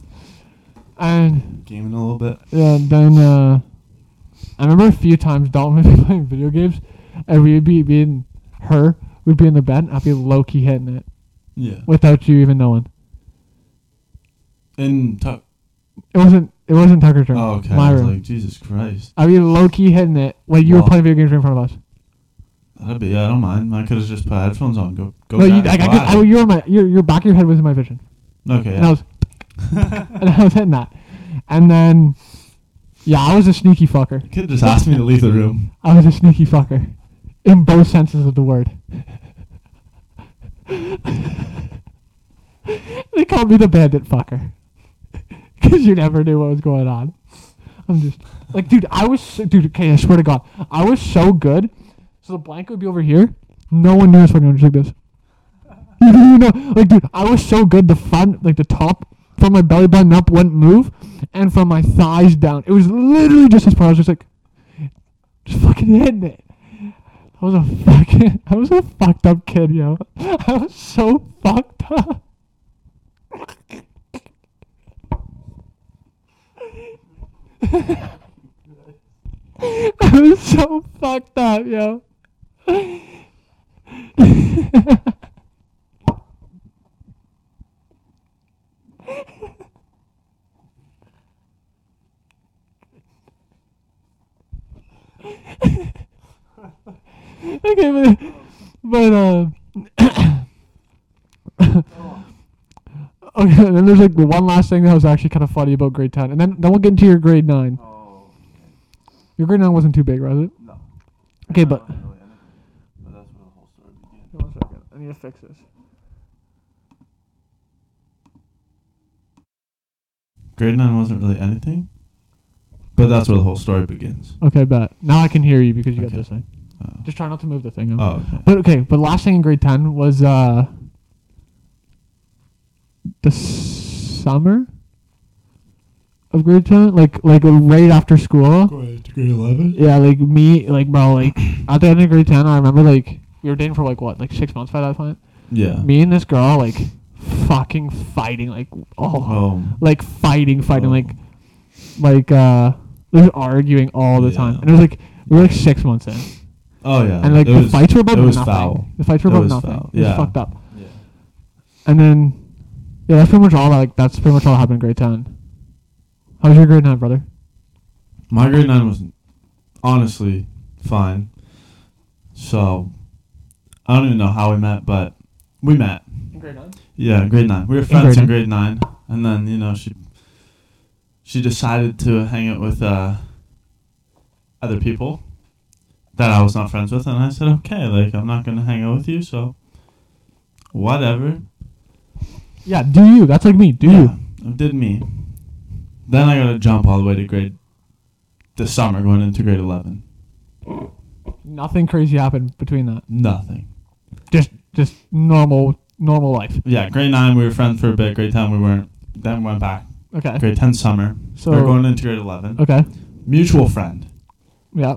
[SPEAKER 2] And,
[SPEAKER 3] Gaming a little bit.
[SPEAKER 2] yeah, then, uh, I remember a few times Dalton would be playing video games, and we'd be, be in her, we'd be in the bed, and I'd be low key hitting it
[SPEAKER 3] Yeah.
[SPEAKER 2] without you even knowing.
[SPEAKER 3] And tuck.
[SPEAKER 2] It wasn't. It wasn't Tucker Turner.
[SPEAKER 3] Oh, okay.
[SPEAKER 2] My
[SPEAKER 3] I was
[SPEAKER 2] room.
[SPEAKER 3] like, Jesus Christ.
[SPEAKER 2] I mean, low key hitting it when you were
[SPEAKER 3] Wow.
[SPEAKER 2] playing video games right in front of us.
[SPEAKER 3] That'd be, yeah, I don't mind. I could have just put headphones on. Go, go.
[SPEAKER 2] no, you, like, I
[SPEAKER 3] back, go
[SPEAKER 2] could,
[SPEAKER 3] at
[SPEAKER 2] I,
[SPEAKER 3] it.
[SPEAKER 2] you were in my. Your, your back of your head was in my vision,
[SPEAKER 3] okay.
[SPEAKER 2] and I
[SPEAKER 3] Yeah.
[SPEAKER 2] was, and I was hitting that, and then, yeah, I was a sneaky fucker.
[SPEAKER 3] Kid just asked me to leave the room.
[SPEAKER 2] I was a sneaky fucker, in both senses of the word. they called me the bandit fucker, because you never knew what was going on. I'm just like, dude, I was, so, dude. Okay, I swear to God, I was so good. So the blanket would be over here. No one knew I was fucking just like this. You know, like dude, I was so good. The front, like the top from my belly button up wouldn't move, and from my thighs down, it was literally just as far. I was just like, just fucking hitting it. I was a fucking, I was a fucked up kid, yo. I was so fucked up. I was so fucked up, yo. okay, but but uh, okay. And then there's like the one last thing that was actually kind of funny about grade ten, and then then we'll get into your grade nine.
[SPEAKER 4] Oh,
[SPEAKER 2] Your grade nine wasn't too big, was it?
[SPEAKER 4] no.
[SPEAKER 2] Okay, but
[SPEAKER 4] Not really anything, but that's where the whole story began.
[SPEAKER 2] One second. I need to fix this.
[SPEAKER 3] Grade nine wasn't really anything, but that's where the whole story begins.
[SPEAKER 2] Okay, bet. Now I can hear you because you got
[SPEAKER 3] Okay.
[SPEAKER 2] this thing.
[SPEAKER 3] Oh.
[SPEAKER 2] Just try not to move the thing.
[SPEAKER 3] Oh, okay.
[SPEAKER 2] But okay, but last thing in grade ten was uh the summer of grade ten, like like right after school.
[SPEAKER 3] grade eleven.
[SPEAKER 2] Yeah, like me, like bro, like at the end of grade ten, I remember like we were dating for like what, like six months by that point.
[SPEAKER 3] Yeah.
[SPEAKER 2] Me and this girl like fucking fighting, like oh,
[SPEAKER 3] Oh.
[SPEAKER 2] like fighting, fighting,
[SPEAKER 3] Oh.
[SPEAKER 2] like like uh, like arguing all the
[SPEAKER 3] Yeah.
[SPEAKER 2] time, and it was like we were like six months in.
[SPEAKER 3] Oh yeah.
[SPEAKER 2] And like
[SPEAKER 3] It
[SPEAKER 2] the
[SPEAKER 3] was-
[SPEAKER 2] fights were about
[SPEAKER 3] it was
[SPEAKER 2] nothing.
[SPEAKER 3] Foul.
[SPEAKER 2] The fights were
[SPEAKER 3] It
[SPEAKER 2] about
[SPEAKER 3] was
[SPEAKER 2] nothing.
[SPEAKER 3] foul.
[SPEAKER 2] It was
[SPEAKER 3] Yeah.
[SPEAKER 2] fucked up.
[SPEAKER 4] Yeah.
[SPEAKER 2] And then yeah, that's pretty much all that like that's pretty much all that happened in grade ten. How was your grade nine, brother?
[SPEAKER 3] My grade nine was honestly fine. So I don't even know how we met, but we met.
[SPEAKER 2] In grade nine?
[SPEAKER 3] Yeah, grade nine. We were friends
[SPEAKER 2] grade
[SPEAKER 3] in grade nine, and then you know she she decided to hang out with uh, other people that I was not friends with, and I said, okay, like I'm not gonna hang out with you, so whatever.
[SPEAKER 2] Yeah, do you. That's like me, do you.
[SPEAKER 3] Yeah, it did me. Then I gotta jump all the way to grade the summer going into grade eleven.
[SPEAKER 2] Nothing crazy happened between that.
[SPEAKER 3] Nothing.
[SPEAKER 2] Just just normal normal life.
[SPEAKER 3] Yeah, grade nine we were friends for a bit. Grade ten we weren't. Then went back.
[SPEAKER 2] Okay.
[SPEAKER 3] Grade ten summer.
[SPEAKER 2] So
[SPEAKER 3] we we're going into grade eleven.
[SPEAKER 2] Okay.
[SPEAKER 3] Mutual friend.
[SPEAKER 2] Yeah.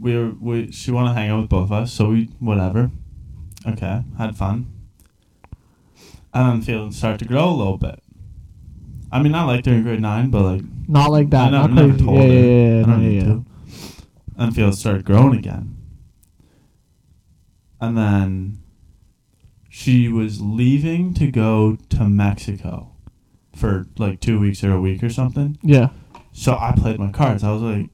[SPEAKER 3] we were, we she wanted to hang out with both of us, so we whatever. Okay, had fun. And then feelings start to grow a little bit. I mean, I liked her in grade nine, but like
[SPEAKER 2] Not like that.
[SPEAKER 3] I never,
[SPEAKER 2] not
[SPEAKER 3] never
[SPEAKER 2] crazy.
[SPEAKER 3] told
[SPEAKER 2] yeah,
[SPEAKER 3] her.
[SPEAKER 2] yeah, yeah, yeah,
[SPEAKER 3] I don't
[SPEAKER 2] no,
[SPEAKER 3] need
[SPEAKER 2] yeah, yeah.
[SPEAKER 3] to. And feelings started growing again. And then she was leaving to go to Mexico for like two weeks or a week or something.
[SPEAKER 2] Yeah.
[SPEAKER 3] So I played my cards. I was like,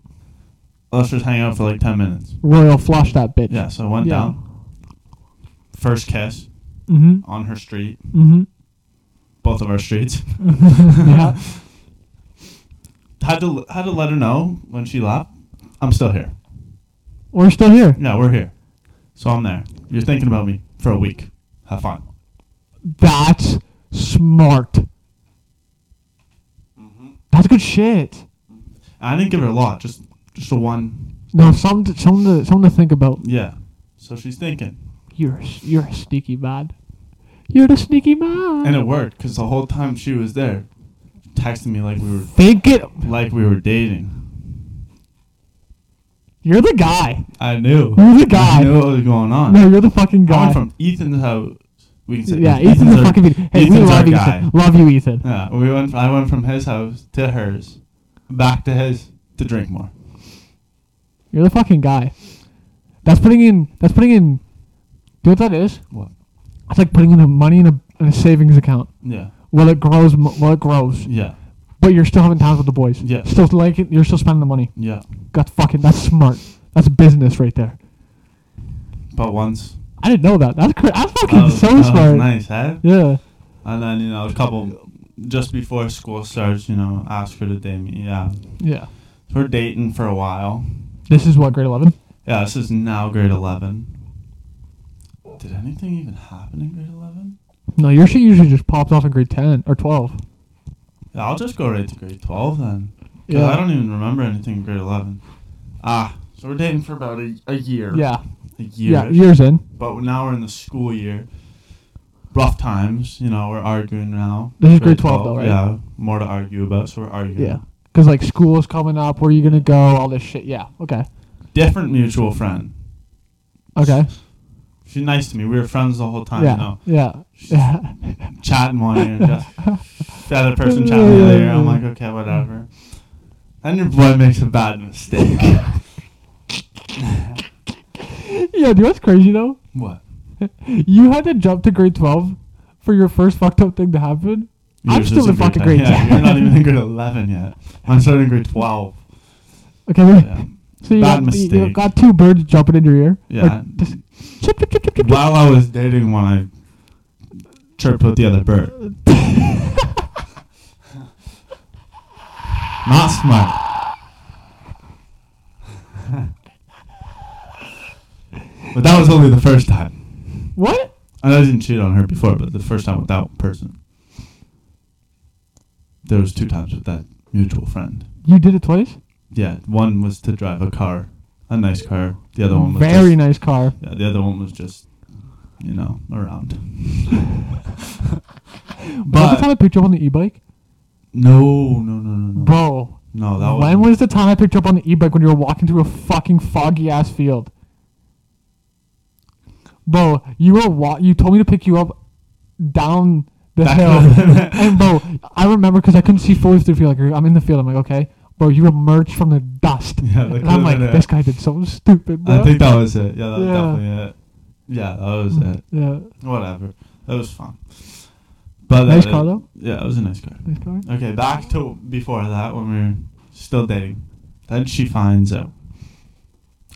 [SPEAKER 3] let's just hang out for like ten minutes.
[SPEAKER 2] Royal flush that bitch.
[SPEAKER 3] Yeah, so I went
[SPEAKER 2] Yeah.
[SPEAKER 3] down. First kiss
[SPEAKER 2] Mm-hmm.
[SPEAKER 3] on her street,
[SPEAKER 2] Mm-hmm.
[SPEAKER 3] both of our streets.
[SPEAKER 2] yeah.
[SPEAKER 3] Had to had to let her know when she left. I'm still here.
[SPEAKER 2] We're still here.
[SPEAKER 3] Yeah, we're here. So I'm there. You're thinking about me for a week. Have fun.
[SPEAKER 2] That's smart.
[SPEAKER 3] Mm-hmm.
[SPEAKER 2] That's good shit.
[SPEAKER 3] I didn't give her a lot, just just a one.
[SPEAKER 2] No, something, to, something, to, something to think about.
[SPEAKER 3] Yeah. So she's thinking,
[SPEAKER 2] You're, a s- you're a sneaky man. You're the sneaky man.
[SPEAKER 3] and it worked because the whole time she was there, texting me like we were
[SPEAKER 2] think it.
[SPEAKER 3] like we were dating.
[SPEAKER 2] You're the guy.
[SPEAKER 3] I knew.
[SPEAKER 2] You're the
[SPEAKER 3] I
[SPEAKER 2] guy.
[SPEAKER 3] knew what was going on.
[SPEAKER 2] No, you're the fucking
[SPEAKER 3] I
[SPEAKER 2] guy.
[SPEAKER 3] went from Ethan's house. We can say
[SPEAKER 2] yeah,
[SPEAKER 3] this.
[SPEAKER 2] Ethan's, the
[SPEAKER 3] our-
[SPEAKER 2] fucking. video. Hey, we
[SPEAKER 3] Ethan's our
[SPEAKER 2] love Ethan.
[SPEAKER 3] guy.
[SPEAKER 2] Love you, Ethan.
[SPEAKER 3] Yeah, we went. I went from his house to hers, back to his to drink more.
[SPEAKER 2] You're the fucking guy. That's putting in. That's putting in. Do you know what that is?
[SPEAKER 3] What?
[SPEAKER 2] That's like putting in the money in a, in a savings account.
[SPEAKER 3] Yeah,
[SPEAKER 2] Well, it grows. mo- Well, it grows.
[SPEAKER 3] yeah,
[SPEAKER 2] But you're still having times with the boys.
[SPEAKER 3] Yeah.
[SPEAKER 2] Still like it. You're still spending the money.
[SPEAKER 3] yeah.
[SPEAKER 2] That's fucking. That's smart. That's business right there.
[SPEAKER 3] But once
[SPEAKER 2] I didn't know that. That's cra- that's fucking
[SPEAKER 3] that was-
[SPEAKER 2] so
[SPEAKER 3] that was
[SPEAKER 2] smart.
[SPEAKER 3] Oh, nice, huh?
[SPEAKER 2] Yeah.
[SPEAKER 3] And then you know a couple just before school starts, you know, ask her to date me. Yeah,
[SPEAKER 2] Yeah.
[SPEAKER 3] so we're dating for a while.
[SPEAKER 2] This is what grade eleven.
[SPEAKER 3] Yeah, this is now grade eleven. Did anything even happen in grade eleven?
[SPEAKER 2] No, your shit usually just pops off in grade ten or twelve.
[SPEAKER 3] Yeah, I'll just go right to grade twelve then. 'Cause
[SPEAKER 2] Yeah.
[SPEAKER 3] I don't even remember anything in grade eleven. Ah, so we're dating for about a, a year.
[SPEAKER 2] Yeah.
[SPEAKER 3] A year.
[SPEAKER 2] Yeah. Years in.
[SPEAKER 3] But now we're in the school year. Rough times, you know. We're arguing now.
[SPEAKER 2] This is grade 12 though, right?
[SPEAKER 3] Yeah, more to argue about. So we're arguing.
[SPEAKER 2] Yeah. Because like school is coming up, where are you gonna go? All this shit. Yeah. Okay.
[SPEAKER 3] Different mutual friend.
[SPEAKER 2] Okay.
[SPEAKER 3] She's nice to me. We were friends the whole time.
[SPEAKER 2] yeah.
[SPEAKER 3] You know,
[SPEAKER 2] Yeah. Yeah.
[SPEAKER 3] chatting one ear and just the other person chatting the other ear. I'm like, okay, whatever. And your boy makes a bad mistake.
[SPEAKER 2] yeah. Do you know what's crazy though?
[SPEAKER 3] what?
[SPEAKER 2] You had to jump to grade twelve for your first fucked up thing to happen. I'm
[SPEAKER 3] Yours
[SPEAKER 2] still
[SPEAKER 3] is
[SPEAKER 2] in fucking grade
[SPEAKER 3] Yeah,
[SPEAKER 2] 10.
[SPEAKER 3] you're not even in grade 11 yet. I'm starting in grade 12.
[SPEAKER 2] Okay.
[SPEAKER 3] Yeah.
[SPEAKER 2] So you,
[SPEAKER 3] Bad
[SPEAKER 2] got, you- you
[SPEAKER 3] mistake.
[SPEAKER 2] got two birds jumping in your ear.
[SPEAKER 3] Yeah.
[SPEAKER 2] Or just chip, chip, chip, chip, chip, chip.
[SPEAKER 3] While I was dating one, I chirped with the other bird. Not smart. but that was only the first time.
[SPEAKER 2] What?
[SPEAKER 3] I know I didn't cheat on her before, but the first time with that person. There was two times with that mutual friend.
[SPEAKER 2] You did it twice.
[SPEAKER 3] Yeah, one was to drive a car, a nice car. The other one was
[SPEAKER 2] Very
[SPEAKER 3] just,
[SPEAKER 2] nice car.
[SPEAKER 3] Yeah, the other one was just, you know, around.
[SPEAKER 2] Was that the
[SPEAKER 3] but
[SPEAKER 2] time I picked you up on the e-bike,
[SPEAKER 3] no, no, no, no, no.
[SPEAKER 2] bro?
[SPEAKER 3] no, that
[SPEAKER 2] when
[SPEAKER 3] was
[SPEAKER 2] was the time I picked you up on the e-bike when you were walking through a fucking foggy ass field? Bro, you were wa- you told me to pick you up down the
[SPEAKER 3] Back
[SPEAKER 2] hill,
[SPEAKER 3] up.
[SPEAKER 2] and bro, I remember because I couldn't see fully through the field. Like, I'm in the field, I'm like, okay, bro, you emerged from the dust,
[SPEAKER 3] Yeah, like,
[SPEAKER 2] and I'm like,
[SPEAKER 3] literally.
[SPEAKER 2] this guy did something stupid, bro.
[SPEAKER 3] I think that was it. Yeah, that was
[SPEAKER 2] Yeah. Hmm.
[SPEAKER 3] definitely it. Yeah, that was it.
[SPEAKER 2] yeah,
[SPEAKER 3] Whatever. That was fun. But that
[SPEAKER 2] Nice
[SPEAKER 3] was-
[SPEAKER 2] car, though?
[SPEAKER 3] Yeah, it was a nice car.
[SPEAKER 2] nice car.
[SPEAKER 3] Okay, back to before that when we were still dating. Then she finds out.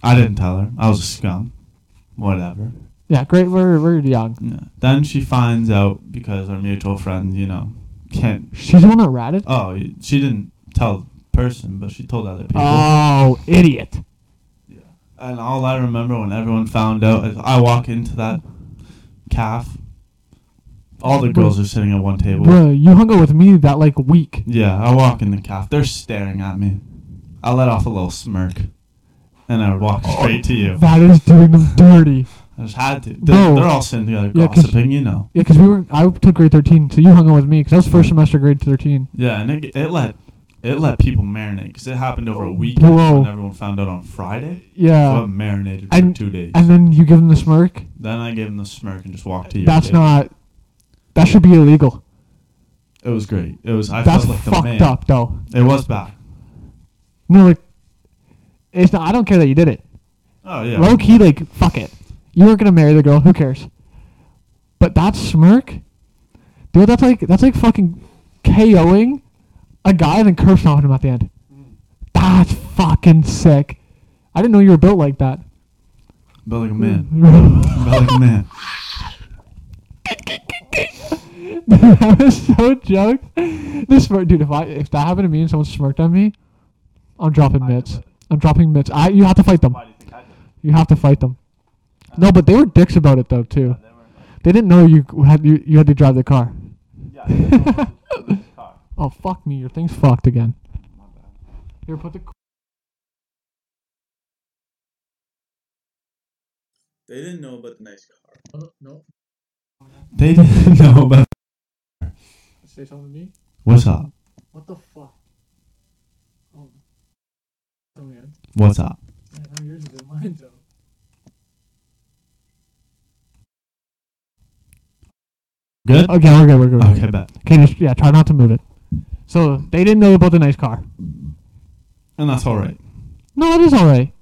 [SPEAKER 3] I didn't tell her. I was a scum. Whatever.
[SPEAKER 2] Yeah, great. We're we're young.
[SPEAKER 3] Yeah. Then she finds out because our mutual friend, you know, can't.
[SPEAKER 2] She's the one that ratted.
[SPEAKER 3] Oh, she didn't tell the person, but she told other people.
[SPEAKER 2] Oh, idiot.
[SPEAKER 3] and all I remember when everyone found out is I walk into that calf. All the girls are sitting at one table.
[SPEAKER 2] Bro, you hung out with me that like week.
[SPEAKER 3] Yeah, I walk in the calf. They're staring at me. I let off a little smirk, and I walk straight to you.
[SPEAKER 2] Oh. That is doing them dirty.
[SPEAKER 3] I just had to.
[SPEAKER 2] Bro.
[SPEAKER 3] They're, they're all sitting together
[SPEAKER 2] Yeah, 'cause-
[SPEAKER 3] gossiping, you know.
[SPEAKER 2] Yeah, because we were. I took grade thirteen, so you hung out with me because that was first semester grade thirteen.
[SPEAKER 3] Yeah, and it, it let it let people marinate because it happened over a weekend
[SPEAKER 2] Bro.
[SPEAKER 3] when everyone found out on Friday. so
[SPEAKER 2] Yeah,
[SPEAKER 3] it marinated for
[SPEAKER 2] and-
[SPEAKER 3] two days.
[SPEAKER 2] and then you give them the smirk.
[SPEAKER 3] then I gave him the smirk and just walked to you.
[SPEAKER 2] That's not. That should be illegal.
[SPEAKER 3] It was great. It was. I
[SPEAKER 2] That's
[SPEAKER 3] felt like the
[SPEAKER 2] fucked
[SPEAKER 3] man.
[SPEAKER 2] up, though.
[SPEAKER 3] It was bad.
[SPEAKER 2] No, like, it's not. I don't care that you did it.
[SPEAKER 3] Oh yeah.
[SPEAKER 2] Low key, like, fuck it. You weren't gonna marry the girl. Who cares? But that smirk, dude. That's like that's like fucking KOing a guy and then curb stomping him at the end.
[SPEAKER 3] Mm.
[SPEAKER 2] That's fucking sick. I didn't know you were built like that.
[SPEAKER 3] Felt like a man. Felt like a man.
[SPEAKER 2] I was so joked. This smirk, dude. If I if that happened to me and someone smirked at me, I'm dropping mitts. I'm dropping mitts. I you have to fight them.
[SPEAKER 4] Why do you think I did?
[SPEAKER 2] You have to fight them. No, but they were dicks about it though too.
[SPEAKER 4] They were like,
[SPEAKER 2] They didn't know you had you, you had to drive the car.
[SPEAKER 4] yeah, they were like, "This car.
[SPEAKER 2] Oh fuck me, your thing's fucked again.
[SPEAKER 4] My bad.
[SPEAKER 2] Here, put the.
[SPEAKER 3] They didn't know about the nice car.
[SPEAKER 2] Oh,
[SPEAKER 3] They didn't know about.
[SPEAKER 2] Say something to me.
[SPEAKER 3] What's up?
[SPEAKER 2] What the fuck? Oh. So weird.
[SPEAKER 3] What's up?
[SPEAKER 2] now yours is in mine though.
[SPEAKER 3] Good.
[SPEAKER 2] Okay, we're good. We're good. we're good.
[SPEAKER 3] Okay, bet.
[SPEAKER 2] Okay, just yeah, try not to move it. So they didn't know about the nice car.
[SPEAKER 3] And that's all right.
[SPEAKER 2] No, it is all right.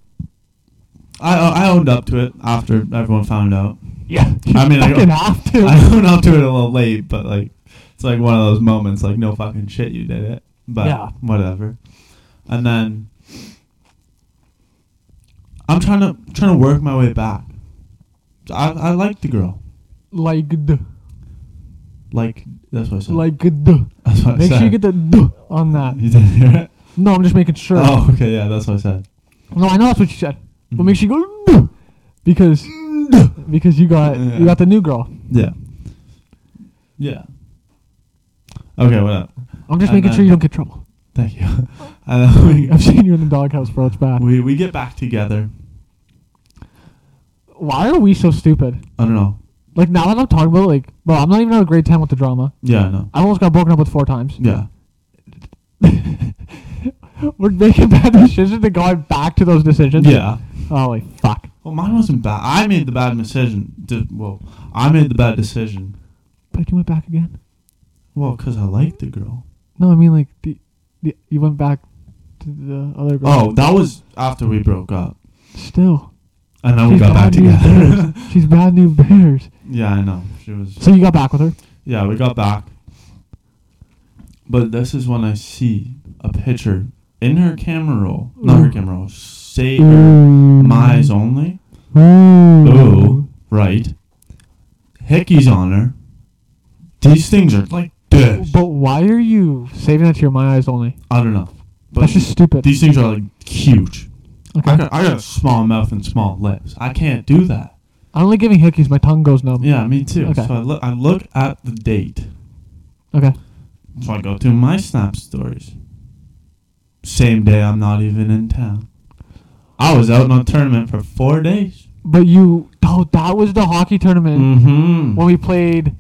[SPEAKER 3] I I owned up to it after everyone found out.
[SPEAKER 2] Yeah,
[SPEAKER 3] I mean, I
[SPEAKER 2] fucking
[SPEAKER 3] go-
[SPEAKER 2] have to.
[SPEAKER 3] I own up to it a little late, but like it's like one of those moments like no fucking shit you did it. But
[SPEAKER 2] Yeah.
[SPEAKER 3] whatever. And then I'm trying to trying to work my way back. I I like the girl.
[SPEAKER 2] like duh.
[SPEAKER 3] Like that's what I said.
[SPEAKER 2] like duh.
[SPEAKER 3] that's what I
[SPEAKER 2] Make sure you
[SPEAKER 3] said.
[SPEAKER 2] get the duh on that.
[SPEAKER 3] You didn't hear it?
[SPEAKER 2] No, I'm just making sure.
[SPEAKER 3] Oh, okay, Mm-hmm. yeah, that's what I said.
[SPEAKER 2] No, I know that's what you said. But make sure you go duh, because because you got you got the new girl.
[SPEAKER 3] Yeah. Yeah. Okay, whatever.
[SPEAKER 2] I'm just
[SPEAKER 3] And
[SPEAKER 2] making sure
[SPEAKER 3] then-
[SPEAKER 2] you don't get trouble.
[SPEAKER 3] Thank you. And then
[SPEAKER 2] I've seen you in the doghouse, bro. It's bad.
[SPEAKER 3] we, we we get back together.
[SPEAKER 2] why are we so stupid?
[SPEAKER 3] I don't know.
[SPEAKER 2] Like now that I'm talking about, it, like, bro, I'm not even out of grade ten with the drama.
[SPEAKER 3] Yeah, I know.
[SPEAKER 2] I almost got broken up with four times.
[SPEAKER 3] Yeah.
[SPEAKER 2] We're making bad decisions and going back to those decisions.
[SPEAKER 3] Yeah.
[SPEAKER 2] Holy fuck.
[SPEAKER 3] Well, mine wasn't bad. I made the bad decision. d well, I made the bad decision.
[SPEAKER 2] But you went back again.
[SPEAKER 3] Well, 'cause I liked the girl.
[SPEAKER 2] No, I mean like the, the you went back to the other girl.
[SPEAKER 3] Oh, that was after we broke up.
[SPEAKER 2] still.
[SPEAKER 3] And then we got back
[SPEAKER 2] bad news
[SPEAKER 3] together.
[SPEAKER 2] bears. She's bad new bears.
[SPEAKER 3] yeah, I know. She was.
[SPEAKER 2] So you got back with her.
[SPEAKER 3] Yeah, we got back. But this is when I see a picture in her camera roll. Not her camera roll. Say Mm. my eyes only.
[SPEAKER 2] Mm.
[SPEAKER 3] Ooh. Right. Hickey's on her. These things are like this.
[SPEAKER 2] But why are you saving that to your my eyes only?
[SPEAKER 3] I don't know. But
[SPEAKER 2] That's just stupid.
[SPEAKER 3] these things are like huge.
[SPEAKER 2] okay.
[SPEAKER 3] I got, I got a small mouth and small lips. I can't do that.
[SPEAKER 2] I'm only giving hickeys. My tongue goes numb.
[SPEAKER 3] Yeah, me too.
[SPEAKER 2] Okay.
[SPEAKER 3] So I look, I look at the date.
[SPEAKER 2] Okay.
[SPEAKER 3] So I go through my snap stories. Same day, I'm not even in town. I was out in a tournament for four days.
[SPEAKER 2] But you. Oh, that was the hockey tournament
[SPEAKER 3] Mm-hmm.
[SPEAKER 2] when we played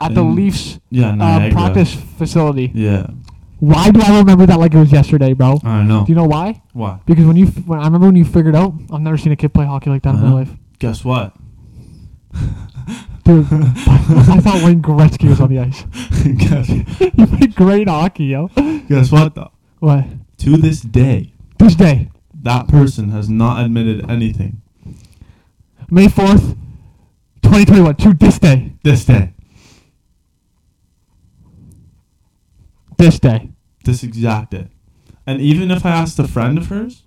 [SPEAKER 2] at the
[SPEAKER 3] In
[SPEAKER 2] Leafs
[SPEAKER 3] yeah,
[SPEAKER 2] uh,
[SPEAKER 3] Niagara.
[SPEAKER 2] practice facility.
[SPEAKER 3] Yeah,
[SPEAKER 2] Why do I remember that like it was yesterday, bro?
[SPEAKER 3] I know.
[SPEAKER 2] Do you know why?
[SPEAKER 3] Why?
[SPEAKER 2] Because when you, f- when I remember when you figured out, I've never seen a kid play hockey like that in
[SPEAKER 3] Uh-huh.
[SPEAKER 2] my life.
[SPEAKER 3] Guess what?
[SPEAKER 2] Dude, I thought Wayne Gretzky was on the ice.
[SPEAKER 3] guess,
[SPEAKER 2] you played great hockey, yo.
[SPEAKER 3] guess what though?
[SPEAKER 2] What?
[SPEAKER 3] To this day,
[SPEAKER 2] This day,
[SPEAKER 3] that person has not admitted anything.
[SPEAKER 2] May fourth, twenty twenty one. To this day,
[SPEAKER 3] This day,
[SPEAKER 2] this day.
[SPEAKER 3] this exact day, and even if I asked a friend of hers,